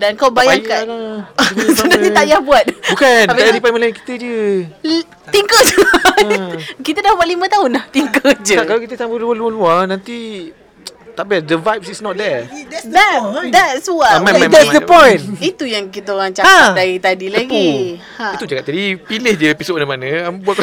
S2: Dan kau bayangkan.
S1: lah.
S2: Sebenarnya tak payah buat.
S1: Bukan Tak
S2: Habis
S1: payah
S2: tu,
S1: depan Melayu kita je
S2: l- Tinker je.
S1: Hmm.
S2: Kita dah buat lima tahun dah tinker je.
S1: Tak kalau kita tambah luar-luar Nanti Tak best The vibes is not there
S2: That, that's what.
S1: Ah, main, main,
S3: That's
S1: main.
S3: the point
S2: Itu yang kita orang cakap
S3: Ha.
S2: dari tadi lagi. Ha.
S1: Itu cakap tadi Pilih je episod mana-mana Am- Buat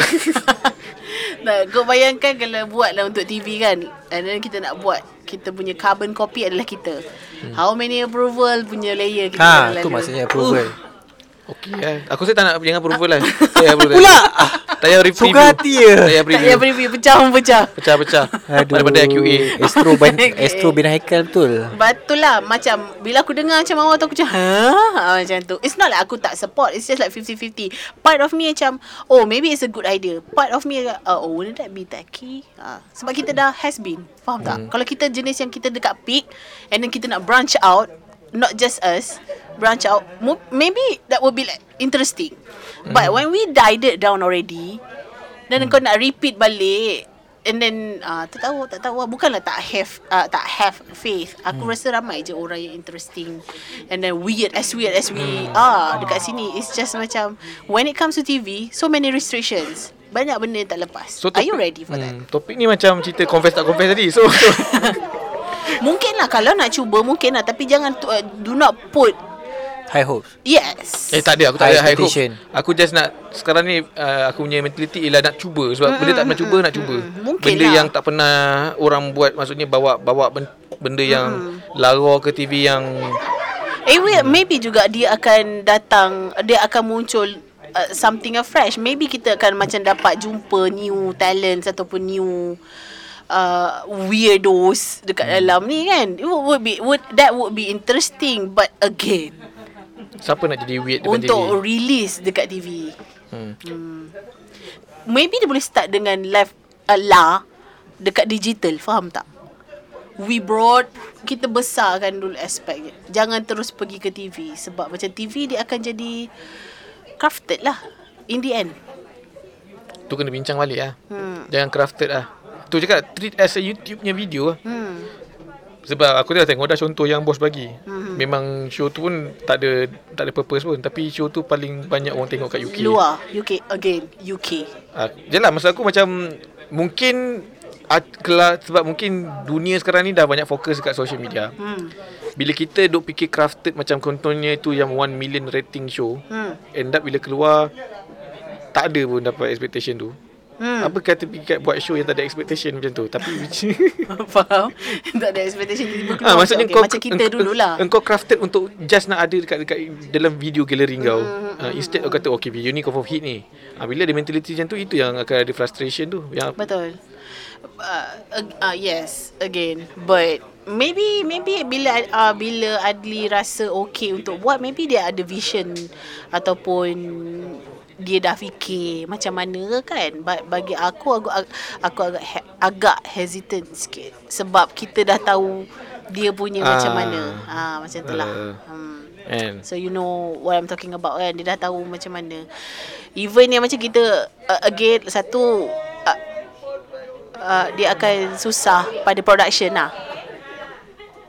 S2: Nah, kau bayangkan kalau buatlah untuk TV kan And then kita nak buat Kita punya carbon copy adalah kita hmm. How many approval punya layer kita kena
S3: Ha tu
S2: lalui.
S3: maksudnya
S2: Uh,
S3: approval
S1: Okey lah Aku saya tak nak Jangan approval lah Tak payah approval
S3: Pula.
S1: Tak payah review
S3: Suka hati ya.
S1: Tak payah
S2: Tak
S1: review
S2: payah preview Pecah-pecah
S1: Pecah-pecah Daripada QA
S3: Astro bin,
S2: Okay.
S3: Astro bin Haikal betul
S2: Betul lah Macam Bila aku dengar macam awal tu Aku macam ha? ha? Macam tu It's not like aku tak support It's just like 50-50 Part of me macam Oh maybe it's a good idea Part of me uh, Oh wouldn't that be tacky ha. Sebab kita dah has been Faham tak Kalau kita jenis yang kita dekat peak And then kita nak branch out Not just us Branch out mo- Maybe that would be like Interesting But when we died it down already Dan kau nak repeat balik and then uh, tak tahu tak tahu bukanlah tak have uh, tak have faith aku hmm. rasa ramai je orang yang interesting and then weird as weird as we are dekat sini it's just macam when it comes to TV so many restrictions banyak benda yang tak lepas so, are you ready for that
S1: Hmm, topik ni macam cerita confess tak confess tadi. So
S2: mungkin lah kalau nak cuba mungkin lah tapi jangan tu, uh, do not put
S3: High hopes.
S2: yes
S1: eh tak ada aku tak
S3: High
S1: ada high hope.
S3: expectation.
S1: Aku just nak sekarang ni uh, aku punya mentality ialah nak cuba sebab benda
S2: Ah,
S1: tak pernah cuba nak cuba.
S2: Mungkin
S1: benda
S2: lah.
S1: yang tak pernah orang buat maksudnya bawa bawa ben- benda
S2: Hmm.
S1: yang lara ke TV yang
S2: Eh wait, maybe juga dia akan datang, dia akan muncul uh, something afresh. Maybe kita akan macam dapat jumpa new talents ataupun new uh, weirdos dekat dalam ni kan. It would, would be would that would be interesting but again
S1: siapa nak jadi weird depan
S2: untuk
S1: TV.
S2: release dekat TV.
S1: Hmm.
S2: Maybe dia boleh start dengan live uh, la dekat digital, faham tak? We broad kita besarkan dulu aspek dia. Jangan terus pergi ke TV sebab macam TV dia akan jadi crafted lah in the end.
S1: Tu kena bincang balik lah
S2: Hmm.
S1: Jangan crafted lah Tu cakap treat as a YouTube punya video lah
S2: Hmm.
S1: Sebab aku dah tengok dah contoh yang bos bagi
S2: Hmm.
S1: Memang show tu pun tak ada tak ada purpose pun Tapi show tu paling banyak orang tengok kat UK
S2: Luar UK again UK.
S1: ha, Jelah masa aku macam Mungkin ah, kelas, Sebab mungkin dunia sekarang ni dah banyak fokus dekat social media
S2: Hmm.
S1: Bila kita duk fikir crafted macam contohnya tu yang 1 million rating show
S2: Hmm.
S1: End up bila keluar Tak ada pun dapat expectation tu
S2: Hmm.
S1: Apa kata pergi kat buat show yang tak ada expectation macam tu Tapi which
S2: Faham? tak ada expectation tiba-tiba
S1: Ah,
S2: keluar.
S1: maksudnya
S2: Okay,
S1: kau
S2: macam kita lah.
S1: engkau-
S2: dululah.
S1: Engkau crafted untuk just nak ada dekat dekat dalam video gallery kau.
S2: Hmm,
S1: Ah, instead kau kata okay video ni confirm hit ni. Ah, bila ada mentality macam tu itu yang akan ada frustration tu. Yang
S2: Betul. Uh, uh, yes, again. But maybe maybe bila uh, bila Adli rasa okay untuk buat, maybe dia ada vision ataupun dia dah fikir macam mana kan. But bagi aku aku ag- aku agak he- agak hesitant sikit sebab kita dah tahu dia punya
S1: Ah.
S2: macam mana. Ah macam itulah.
S1: Ah.
S2: Hmm.
S1: and
S2: So you know what I'm talking about kan Dia dah tahu macam mana Even yang macam kita uh, Again Satu uh, uh, Dia akan susah Pada production lah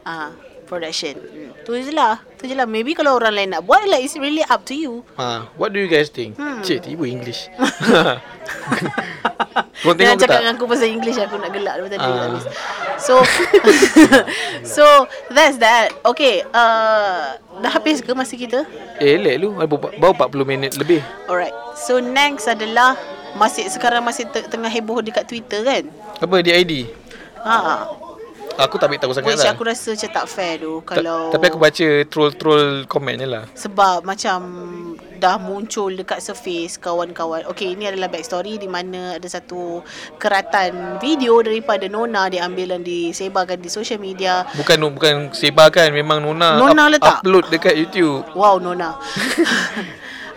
S2: uh, Production hmm. Tu je lah Tu je lah Maybe kalau orang lain nak buat Like it's really up to you
S1: ah, what do you guys think? Hmm. Cik tiba English. Kau tengok
S2: Jangan
S1: ke
S2: cakap
S1: tak?
S2: dengan aku pasal English Aku nak gelak daripada tadi
S1: Ah.
S2: habis. So So That's that Okay uh, Dah habis ke masa kita?
S1: Eh, elek lu. Baru baru 40 minit lebih.
S2: Alright. So next adalah masih sekarang masih te- tengah heboh dekat Twitter kan?
S1: Apa dia ID?
S2: Ha.
S1: Aku tak ambil tahu sangat
S2: Which
S1: lah.
S2: aku rasa macam tak fair tu
S1: Ta-
S2: kalau
S1: Tapi aku baca troll-troll komen je lah.
S2: sebab macam dah muncul dekat surface kawan-kawan. Okay, ini adalah backstory di mana ada satu keratan video daripada Nona diambil dan disebarkan di social media.
S1: Bukan bukan sebarkan memang Nona,
S2: Nona letak.
S1: upload dekat YouTube.
S2: Wow Nona.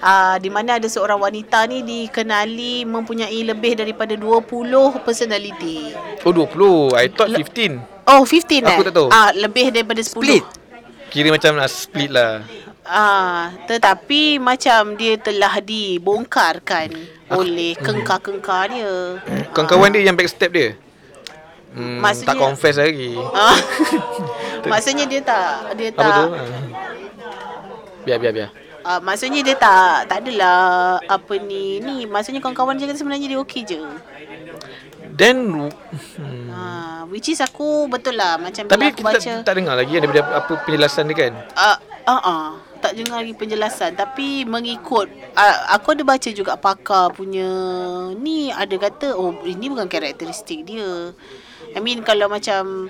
S2: Uh, di mana ada seorang wanita ni dikenali mempunyai lebih daripada 20 personality.
S1: Oh 20 I thought 15
S2: Oh 15 eh
S1: Aku tak tahu.
S2: Ah, Lebih daripada 10
S3: Split.
S1: Kira macam nak split lah
S2: Ah, tetapi macam dia telah dibongkarkan oleh
S1: Hmm.
S2: kengkar-kengkar dia.
S1: Kawan-kawan dia yang backstab dia hmm, Tak
S2: Maksudnya-
S1: confess lagi
S2: Ah. maksudnya dia tak dia
S1: Apa tu
S2: tak
S1: Ah. Biar biar biar
S2: ah, maksudnya dia tak tak adalah apa ni ni maksudnya kawan-kawan dia kata sebenarnya dia okey je.
S1: Then hmm.
S2: Ah, which is aku betul lah macam
S1: Tapi
S2: bila aku
S1: kita
S2: baca
S1: tak, tak dengar lagi kan Daripada apa penjelasan dia kan
S2: Ah, ah, ah, tak dengar lagi penjelasan tapi mengikut ah, aku ada baca juga pakar punya ni ada kata oh ini bukan karakteristik dia. I mean kalau macam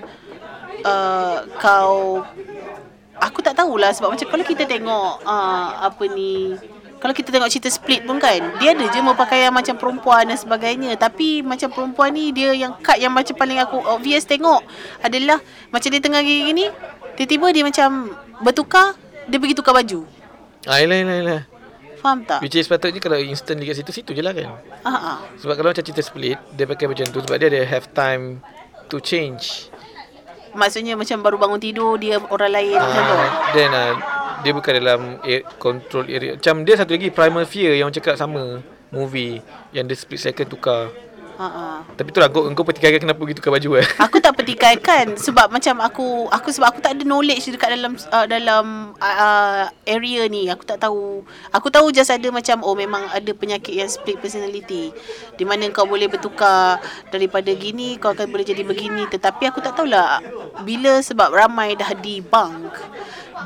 S2: uh, kau aku tak tahulah sebab macam kalau kita tengok uh, apa ni kalau kita tengok cerita split pun kan dia ada je berpakaian macam perempuan dan sebagainya tapi macam perempuan ni dia yang cut yang macam paling aku obvious tengok adalah macam dia tengah gini-gini tiba-tiba dia macam bertukar dia pergi tukar baju
S1: ah, Yelah yelah yelah
S2: faham tak
S1: Which is sepatutnya kalau instant dekat situ-situ je lah kan
S2: ha ah
S1: Sebab kalau macam cerita split Dia pakai macam tu Sebab dia ada have time To change
S2: maksudnya macam baru bangun tidur dia orang lain macam tu
S1: Ah, Then uh, dia bukan dalam air, control area. Macam dia satu lagi Primal Fear yang cakap sama movie yang dia split second tukar.
S2: Ha ah.
S1: Tapi tu lah kau, kau pertikaikan kenapa gitu ke baju eh
S2: Aku tak pertikaikan sebab macam aku aku sebab aku tak ada knowledge dekat dalam uh, dalam uh, area ni. Aku tak tahu. Aku tahu just ada macam oh memang ada penyakit yang split personality. Di mana kau boleh bertukar daripada gini kau akan boleh jadi begini tetapi aku tak tahulah bila sebab ramai dah debunk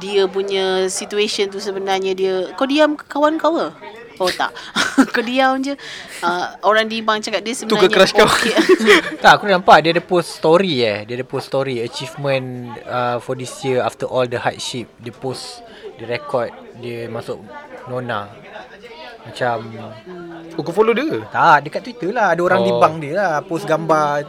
S2: dia punya situation tu sebenarnya dia kau diam ke kawan kau ke? Oh tak Kau diam je uh, Orang debunk cakap dia
S1: ke
S2: sebenarnya
S1: crush kau?
S2: okay.
S4: Tak, aku nampak dia ada post story eh. Dia ada post story achievement uh, for this year after all the hardship. Dia post, dia record, dia masuk Nona. Macam
S1: Oh kau follow dia ke?
S4: tak dekat Twitter lah ada orang oh.
S1: Oh.
S4: debunk dia lah post gambar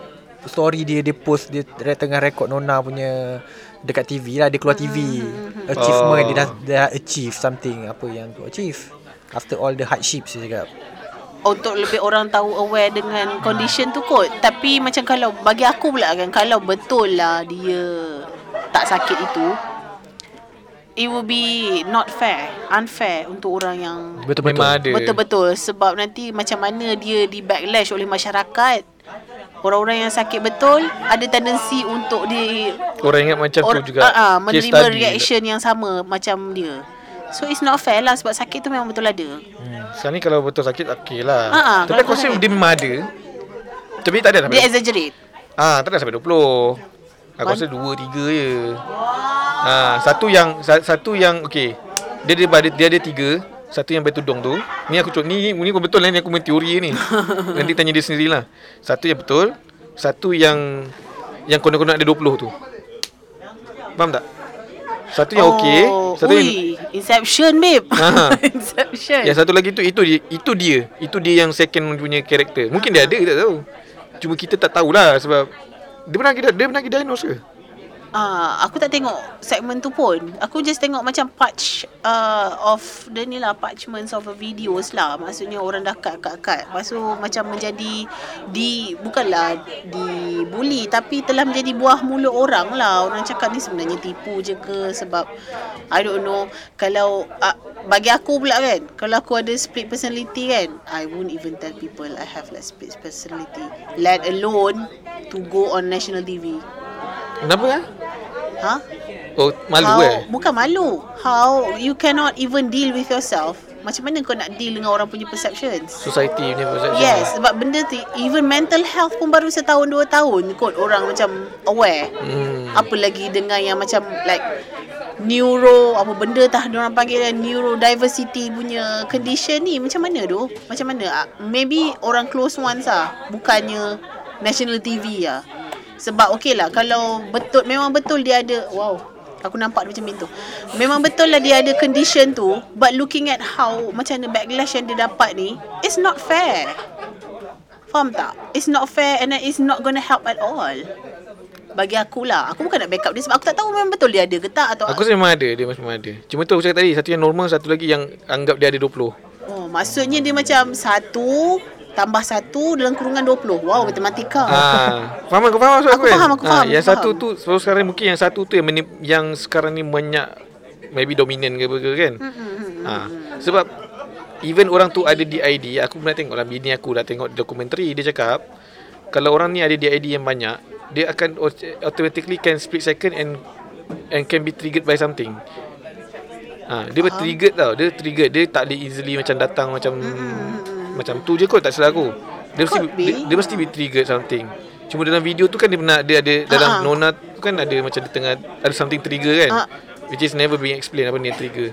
S4: story dia dia post dia re- tengah rekod Nona punya dekat TV lah dia keluar TV achievement
S1: Oh.
S4: dia dah, dah achieve something apa yang tu achieve after all the hardships dia cakap
S2: untuk lebih orang tahu aware dengan condition tu kot tapi macam kalau bagi aku pula kan kalau betul lah dia tak sakit itu it will be not fair unfair untuk orang yang
S4: betul-betul
S1: Memang ada
S2: betul-betul sebab nanti macam mana dia di backlash oleh masyarakat orang-orang yang sakit betul ada tendensi untuk di
S1: Orang ingat macam
S2: or,
S1: tu juga
S2: uh, uh,
S1: Case
S2: menerima
S1: study.
S2: reaction yang sama macam dia so it's not fair lah sebab sakit tu memang betul ada
S1: Hmm. Sekarang ni kalau betul sakit okey lah
S2: Ah, ah,
S1: Tapi aku
S2: kalau
S1: rasa
S2: sakit.
S1: dia memang ada Tapi tak ada
S2: dia
S1: sampai
S2: exaggerate
S1: Ah, tak ada sampai 20 Aku rasa 2, 3 je Ah, Satu yang sa- Satu yang okey Dia ada pada- dia ada 3 satu yang bertudung tu Ni aku cuba Ni, ni aku betul lah Ni aku punya teori ni Nanti tanya dia sendirilah Satu yang betul Satu yang Yang konon-konon ada 20 tu Faham tak? Satu yang okey Satu
S2: Oh, ui,
S1: yang
S2: Inception babe
S1: Aha.
S2: Inception
S1: Yang satu lagi tu itu dia, itu dia. Itu dia yang second punya karakter. Mungkin dia ada kita tak tahu. Cuma kita tak tahulah sebab dia pernah kita dia pernah kita diagnose ke?
S2: Ah, Aku tak tengok segmen tu pun Aku just tengok macam patch uh, Of the ni lah Parchments of a videos lah Maksudnya orang dah cut-cut-cut Lepas tu macam menjadi Di Bukanlah Dibuli Tapi telah menjadi buah mulut orang lah Orang cakap ni sebenarnya tipu je ke Sebab I don't know Kalau uh, Bagi aku pula kan Kalau aku ada split personality kan I won't even tell people I have like split personality Let alone To go on national TV
S1: Kenapa ah?
S2: Huh?
S1: Oh, malu
S2: how,
S1: eh.
S2: Bukan malu. How you cannot even deal with yourself. Macam mana kau nak deal dengan orang punya perceptions?
S1: Society punya perception.
S2: Yes, sebab benda tu even mental health pun baru setahun dua tahun kot orang macam aware.
S1: Hmm.
S2: Apa lagi dengan yang macam like neuro apa benda tah orang panggil dia neurodiversity punya condition ni macam mana tu? Macam mana? Ah, Maybe orang close ones ah, bukannya national TV ah. Sebab okey lah kalau betul memang betul dia ada wow Aku nampak dia macam pintu Memang betul lah dia ada condition tu But looking at how Macam mana backlash yang dia dapat ni It's not fair Faham tak? It's not fair and then it's not gonna help at all. Bagi aku lah. Aku bukan nak backup dia sebab aku tak tahu memang betul dia ada ke tak atau
S1: Aku rasa memang ada, dia memang ada. Cuma tu aku cakap tadi, satu yang normal, satu lagi yang anggap dia ada 20.
S2: oh, maksudnya dia macam satu tambah satu dalam kurungan 20. Wow, matematika.
S1: Ah, faham aku faham maksud aku,
S2: Aku
S1: kan?
S2: faham, aku faham,
S1: yang
S2: aku
S1: satu
S2: faham.
S1: tu sebab sekarang mungkin yang satu tu yang menip, yang sekarang ni banyak maybe dominan ke apa ke kan.
S2: Hmm,
S1: Ah, sebab even orang tu ada DID, aku pernah tengok lah bini aku dah tengok dokumentari dia cakap kalau orang ni ada DID yang banyak, dia akan au- automatically can split second and and can be triggered by something. Ha, dia bertrigger tau. Dia trigger. Dia tak boleh easily macam datang macam
S2: Hmm,
S1: macam tu je kot tak salah aku. Dia mesti
S2: Could
S1: dia,
S2: be.
S1: dia mesti be triggered something. Cuma dalam video tu kan dia pernah dia ada dalam
S2: Ah.
S1: Nona tu kan ada macam dia tengah ada something trigger kan.
S2: Ah.
S1: Which is never being explained apa ni yang trigger.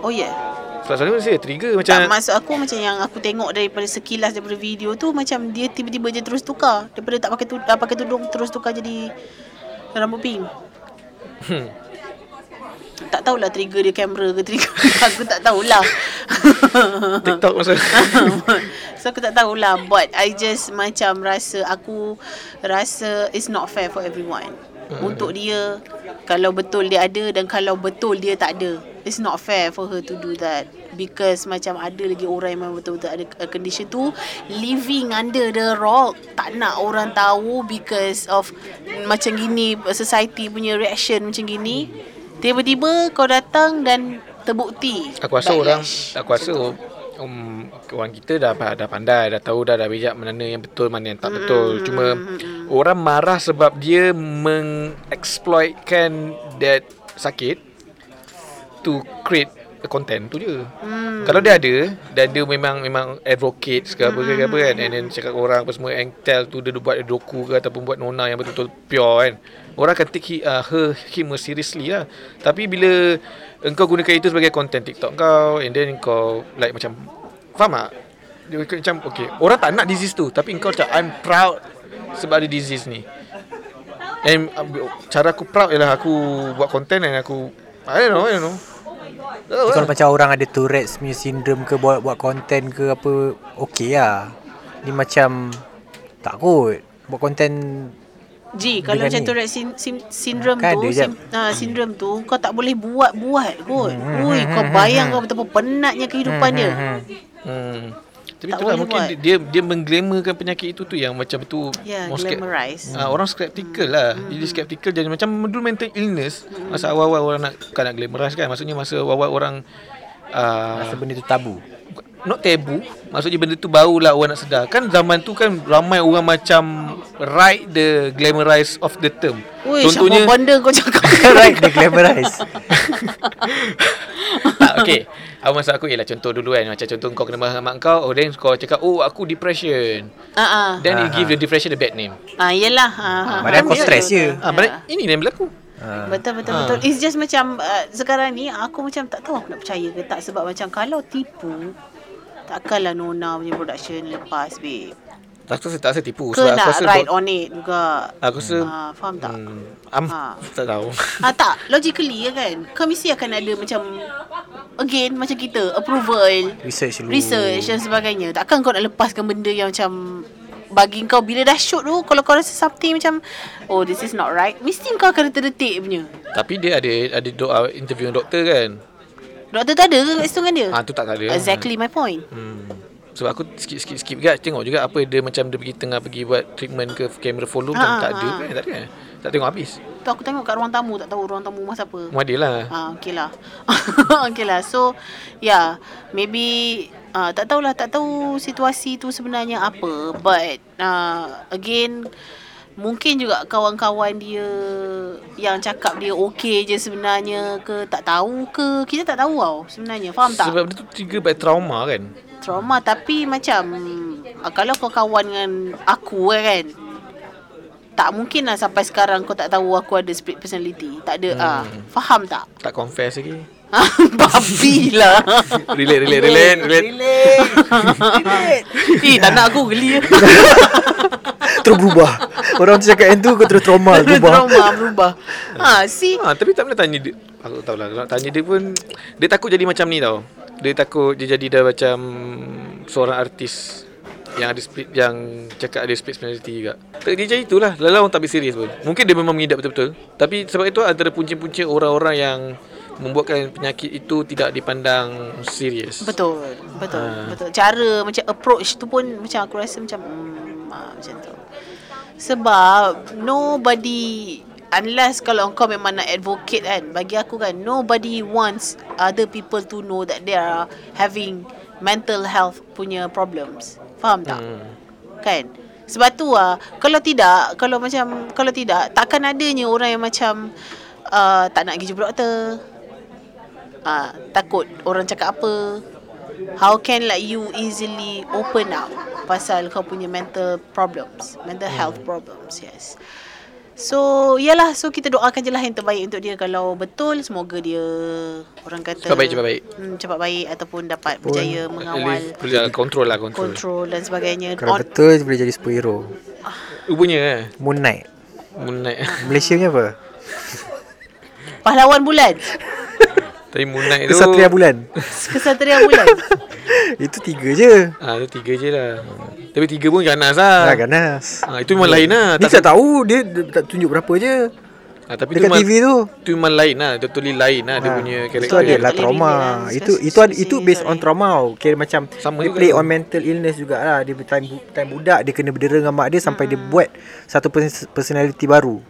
S2: Oh yeah.
S1: Sebab selalu saya trigger macam
S2: Tak maksud aku macam yang aku tengok daripada sekilas daripada video tu macam dia tiba-tiba je terus tukar. Daripada tak pakai tu, tak pakai tudung terus tukar jadi rambut pink.
S1: Hmm.
S2: Tak tahulah trigger dia kamera ke trigger aku tak tahulah.
S1: TikTok masa.
S2: so aku tak tahulah but I just macam rasa aku rasa it's not fair for everyone. Hmm. Untuk dia kalau betul dia ada dan kalau betul dia tak ada. It's not fair for her to do that because macam ada lagi orang yang memang betul-betul ada uh, condition tu living under the rock tak nak orang tahu because of macam gini society punya reaction macam gini tiba-tiba kau datang dan terbukti
S1: Aku rasa orang
S2: backlash.
S1: aku rasa um, orang kita dah pa- dah pandai, dah tahu dah dah bijak mana yang betul, mana yang tak betul. Cuma orang marah sebab dia mengexploitkan that sakit to create a content tu je. Hmm. Kalau dia ada dan dia memang memang advocate ke apa ke ke apa kan and then cakap orang apa semua and tell tu dia buat doku ke ataupun buat nona yang betul-betul pure kan. Orang akan take he, uh, her him seriously lah. Tapi bila engkau gunakan itu sebagai content TikTok kau and then kau like macam faham tak? Dia macam okay orang tak nak disease tu tapi engkau macam I'm proud sebab ada disease ni. And um, cara aku proud ialah aku buat content and aku I don't know, I don't know. Tak tahu
S4: Tapi
S1: lah.
S4: kalau macam orang ada Tourette's punya syndrome ke buat buat konten ke apa, okey lah. Ni macam tak kot. Buat konten
S2: Ji, kalau
S4: Dengan
S2: macam
S4: ni.
S2: Tourette sin, sin, syndrome
S4: Kan
S2: tu,
S4: ada
S2: sim,
S4: jap. Hmm,
S2: ha, sindrom tu kau tak boleh buat-buat kot. Ui, kau bayang kau betapa penatnya kehidupan dia.
S1: Hmm. Tapi
S2: Tak
S1: tak itulah
S2: boleh
S1: mungkin
S2: buat.
S1: buat. dia dia mengglamourkan penyakit itu tu yang macam tu
S2: Ya,
S1: more skep-
S2: glamorize. Hmm.
S1: Ah, orang skeptikal lah. Jadi skeptikal jadi macam dulu mental illness masa awal-awal orang nak kan nak glamorize kan. Maksudnya masa awal-awal orang ah,
S4: masa benda tu tabu.
S1: not tabu maksudnya benda tu barulah orang nak sedar kan zaman tu kan ramai orang macam ride the glamorize of the term
S2: Ui, Contohnya, siapa benda kau cakap?
S4: right, dia glamorize.
S1: tak, okay. Apa maksud aku ialah contoh dulu kan. Macam contoh kau kena marah dengan mak kau. Oh, then kau cakap, oh aku depression.
S2: Ha ah.
S1: Then you give the depression a bad name.
S2: Ah, yelah. Ha, ha.
S4: Padahal kau stress je.
S1: Ah, yeah. ini yang berlaku. Ah.
S2: Betul betul betul. It's just macam uh, sekarang ni aku macam tak tahu aku nak percaya ke tak sebab macam kalau tipu takkanlah Nona punya production lepas babe.
S1: Aku rasa tak rasa tipu.
S2: Ke
S1: aku
S2: nak
S1: rasa,
S2: ride on it juga.
S1: aku rasa
S2: Ah, faham tak?
S1: hmm, am,
S2: Ah.
S1: tak tahu.
S2: Ah tak, logically ya kan. Kau mesti akan ada macam again macam kita approval,
S4: Research dulu.
S2: research dan sebagainya. Takkan kau nak lepaskan benda yang macam bagi kau bila dah shoot tu kalau kau rasa something macam oh this is not right, mesti kau akan detik-detik punya.
S1: Tapi dia ada ada doa interview dengan doktor kan.
S2: Doktor tak ada ke kat situ dengan dia?
S1: Ah tu tak ada.
S2: Exactly my point.
S1: Hmm. Sebab aku skip-skip skip juga tengok juga apa dia macam dia pergi tengah pergi buat treatment ke kamera follow ha,
S2: Ah,
S1: tak ada
S2: ah.
S1: kan tak ada kan tak tengok habis
S2: Tu aku tengok kat ruang tamu tak tahu ruang tamu masa apa.
S1: muadil lah
S2: Ah, okay lah. okay lah. So, yeah, maybe ah, tak tahulah, tak tahu situasi tu sebenarnya apa. But, ah, again, mungkin juga kawan-kawan dia yang cakap dia okay je sebenarnya ke tak tahu ke. Kita tak tahu tau sebenarnya. Faham tak?
S1: sebab dia tu trigger by trauma kan
S2: Trauma tapi macam ah, kalau kau kawan dengan aku eh, kan tak mungkin lah sampai sekarang kau tak tahu aku ada split personality. Tak ada. Hmm. Ah, faham tak?
S1: tak confess lagi
S2: Babi lah
S1: relate relate relate relate
S2: Eh tak nak aku geli
S3: Terus berubah Orang tu cakap yang tu Kau terus trauma Berubah
S2: Trauma berubah Ha see
S1: ha, tapi tak pernah tanya dia aku tahu lah kalau nak tanya dia pun dia takut jadi macam ni tau dia takut dia jadi dah macam seorang artis yang ada split yang cakap ada split personality juga. Tak dia jadi itulah. Lalau orang tak ambil serius pun. Mungkin dia memang mengidap betul-betul. Tapi sebab itu antara punca-punca orang-orang yang membuatkan penyakit itu tidak dipandang serius.
S2: Betul Betul betul Cara macam approach tu pun Macam aku rasa macam hmm, ha, Macam tu Sebab Nobody Unless kalau kau memang nak advocate kan Bagi aku kan Nobody wants Other people to know That they are Having Mental health Punya problems Faham tak? Kan Sebab tu lah Kalau tidak Kalau macam Kalau tidak Takkan adanya orang yang macam uh, Tak nak pergi jumpa doktor uh, Takut orang cakap apa How can like you easily open up Pasal kau punya mental problems Mental health
S1: Hmm.
S2: problems Yes So Yalah So kita doakan je lah Yang terbaik untuk dia Kalau betul Semoga dia Orang kata
S1: Cepat baik, cepat baik.
S2: hmm, Cepat baik Ataupun dapat berjaya
S1: At least
S2: Mengawal
S1: boleh lah, control lah control. control.
S2: Control dan sebagainya
S4: Kalau
S2: On-
S4: betul boleh jadi superhero.
S1: Rupanya eh.
S4: Moon Knight.
S1: Moon Knight.
S2: Ah.
S4: Malaysia punya apa?
S2: Pahlawan bulan
S1: Tapi Moon Knight tu
S4: Kesatria bulan.
S2: Kesatria bulan
S4: Itu tiga je.
S1: Ah, tu tiga je lah. Tapi tiga pun ganas lah.
S4: Ah, ganas.
S1: Ah, itu memang lain lah.
S4: Ni tak tahu dia dia tak tunjuk berapa je.
S1: Ah, tapi
S4: Dekat
S1: tu memang-
S4: TV tu.
S1: tu memang lain lah totally lain lah dia punya
S4: Itu
S1: karakter
S2: Ah,
S4: adalah
S2: ada tak boleh
S4: trauma.
S2: relate lah.
S4: Itu itu
S2: Sorry,
S4: itu
S2: sorry,
S4: based
S2: sorry.
S4: on trauma. tau. Kira macam
S1: Sama
S4: dia
S1: juga
S4: play
S1: tu.
S4: on mental illness jugalah. Dia time
S2: Hmm.
S4: bu- time budak dia kena berdera dengan mak dia sampai dia buat satu pers- personality baru.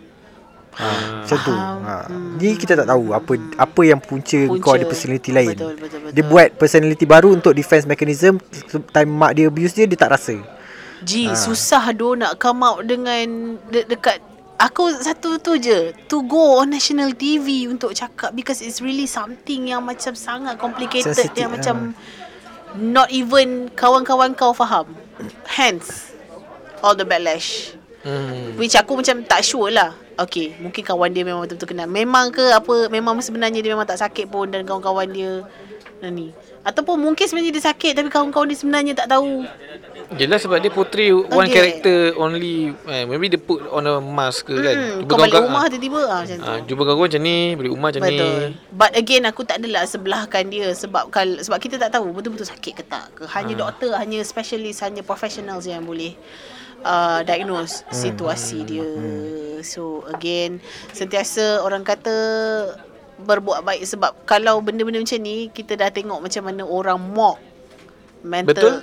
S3: Ha, macam tu. Ha.
S2: Hmm.
S3: Ni kita tak tahu apa apa yang punca, punca. kau ada personality lain.
S2: Betul, betul, betul.
S3: Dia buat personality baru untuk defense mechanism time mak dia abuse dia dia tak rasa.
S2: Ji, susah doh nak come out dengan de- dekat aku satu tu je to go on national TV untuk cakap because it's really something yang macam sangat complicated
S3: Sensitive,
S2: yang
S3: ah.
S2: macam not even kawan-kawan kau faham. Hence all the backlash. Hmm. Which aku macam tak sure lah. Okay, mungkin kawan dia memang betul-betul kenal. Memang ke apa, memang sebenarnya dia memang tak sakit pun dan kawan-kawan dia dan ni. Ataupun mungkin sebenarnya dia sakit tapi kawan-kawan dia sebenarnya tak tahu.
S1: Jelas sebab dia portray one
S2: Oh, dia.
S1: character only eh, maybe dia put on a mask ke kan.
S2: Hmm,
S1: Jumpa
S2: kau balik
S1: kawan-kawan-
S2: rumah tiba-tiba ah, macam tu.
S1: Ah, jumpa kawan-kawan macam ni, balik rumah macam
S2: Betul.
S1: ni.
S2: But again aku tak adalah sebelahkan dia sebab kal sebab kita tak tahu betul-betul sakit ke tak ke.
S1: Ah.
S2: Hanya doktor, hanya specialist, hanya professionals yang boleh uh, diagnose
S1: Hmm.
S2: situasi dia. So again sentiasa orang kata berbuat baik sebab kalau benda-benda macam ni kita dah tengok macam mana orang mock mental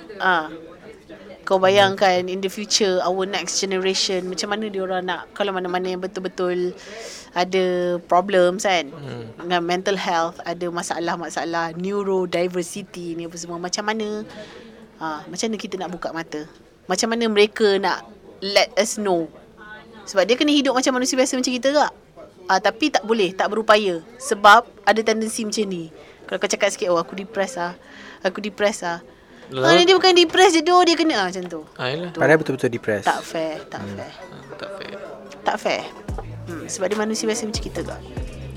S1: Betul.
S2: ah kau bayangkan in the future our next generation macam mana dia orang nak kalau mana-mana yang betul-betul ada problems kan hmm. dengan mental health ada masalah-masalah neurodiversity ni apa semua macam mana ha, macam mana kita nak buka mata macam mana mereka nak let us know sebab dia kena hidup macam manusia biasa macam kita kak ha, tapi tak boleh tak berupaya sebab ada tendensi macam ni kalau kau cakap sikit oh aku depressed ah aku depressed ah
S1: Lalu-
S2: Lalu, dia bukan depressed je doh dia kena ah, macam tu
S1: Ah, yalah.
S3: Padahal betul-betul depressed.
S2: tak fair, tak fair.
S1: Ah, Tak fair.
S2: Tak fair. Hmm, sebab dia manusia biasa macam kita tak.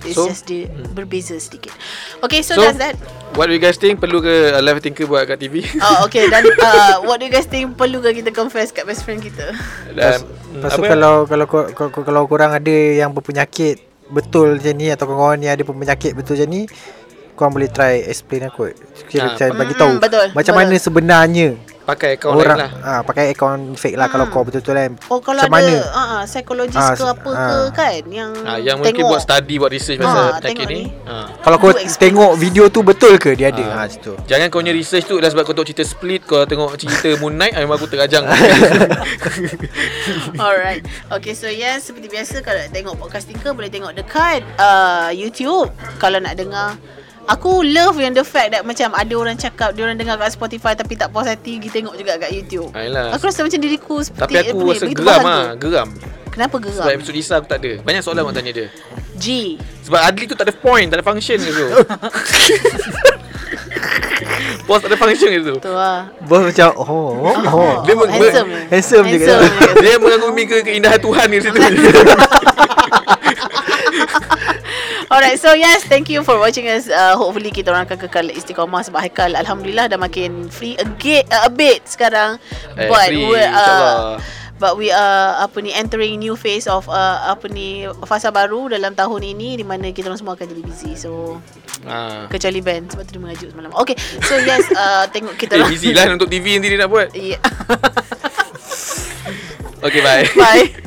S2: It's
S1: So-
S2: so, just dia berbeza sedikit. Okay, so,
S1: So,
S2: so that's that.
S1: what do you guys think? Perlu ke uh, live thinker buat kat TV?
S2: Oh, okay. Dan uh, what do you guys think perlu ke kita confess kat best friend kita?
S1: Dan
S3: Lepas tu kalau kalau kor- kor- kor- kalau korang ada yang berpenyakit betul macam ni atau kawan-kawan yang ada berpenyakit betul macam ni korang boleh try explain aku.
S1: Ah,
S3: Kira macam bagi
S2: mm,
S3: tahu
S2: betul,
S3: macam
S2: betul.
S3: mana sebenarnya
S1: pakai account
S3: orang
S1: lain lah. Hmm.
S3: ah pakai account fake lah kalau kau betul-betul kan.
S2: Oh, kalau
S3: macam
S2: ada
S3: mana?
S2: uh, psikologis
S3: Ah,
S2: ke
S3: se-
S2: apa ke
S3: ah.
S2: kan yang,
S1: Ah, yang mungkin
S2: tengok.
S1: buat study, buat research
S2: Ah,
S1: pasal penyakit
S2: tengok
S1: ni.
S2: ni.
S1: Ah.
S3: Kalau kau
S2: Do experience.
S3: tengok video tu betul ke dia ada?
S1: Ah.
S3: Ha, macam tu.
S1: Jangan kau punya research tu Dah sebab kau tengok cerita Split Kau tengok cerita Moon Knight ah, Memang aku terajang
S2: Alright. Okay, so yes, seperti biasa kalau nak tengok podcast Tinker boleh tengok dekat uh, YouTube kalau nak dengar. Aku love yang the fact that macam ada orang cakap dia orang dengar kat Spotify tapi tak puas hati pergi tengok juga kat YouTube.
S1: Ayolah
S2: Aku rasa macam diriku
S1: Ah,
S2: seperti
S1: Tapi aku
S2: eh,
S1: rasa
S2: begitu
S1: geram
S2: bahagia.
S1: ah, Geram
S2: Kenapa
S1: Sebab
S2: geram?
S1: episod Isa aku tak ada Banyak soalan nak tanya dia
S2: G.
S1: Sebab Adli tu tak ada point Tak ada function ke tu Boss tak ada function ke tu
S2: Tu lah.
S3: Bos macam oh oh. oh.
S2: Oh,
S1: Dia ber-
S2: handsome.
S3: ber- handsome je kat
S2: Handsome je.
S1: Dia mengagumi ke keindahan Tuhan ke situ
S2: Alright, so yes, thank you for watching us. Uh, hopefully kita orang akan kekal istiqamah sebab Haikal alhamdulillah dah makin free again uh, a bit sekarang.
S1: Eh,
S2: but
S1: free,
S2: we
S1: insyaAllah.
S2: uh, but we are apa ni entering new phase of uh, apa ni fasa baru dalam tahun ini di mana kita orang semua akan jadi busy. So
S1: ah.
S2: kecuali Ben sebab tu dia mengajuk semalam. Okay, so yes, uh, tengok
S1: Eh
S2: kita orang.
S1: busy lah untuk TV nanti dia nak buat
S2: yeah.
S1: Okay bye
S2: Bye.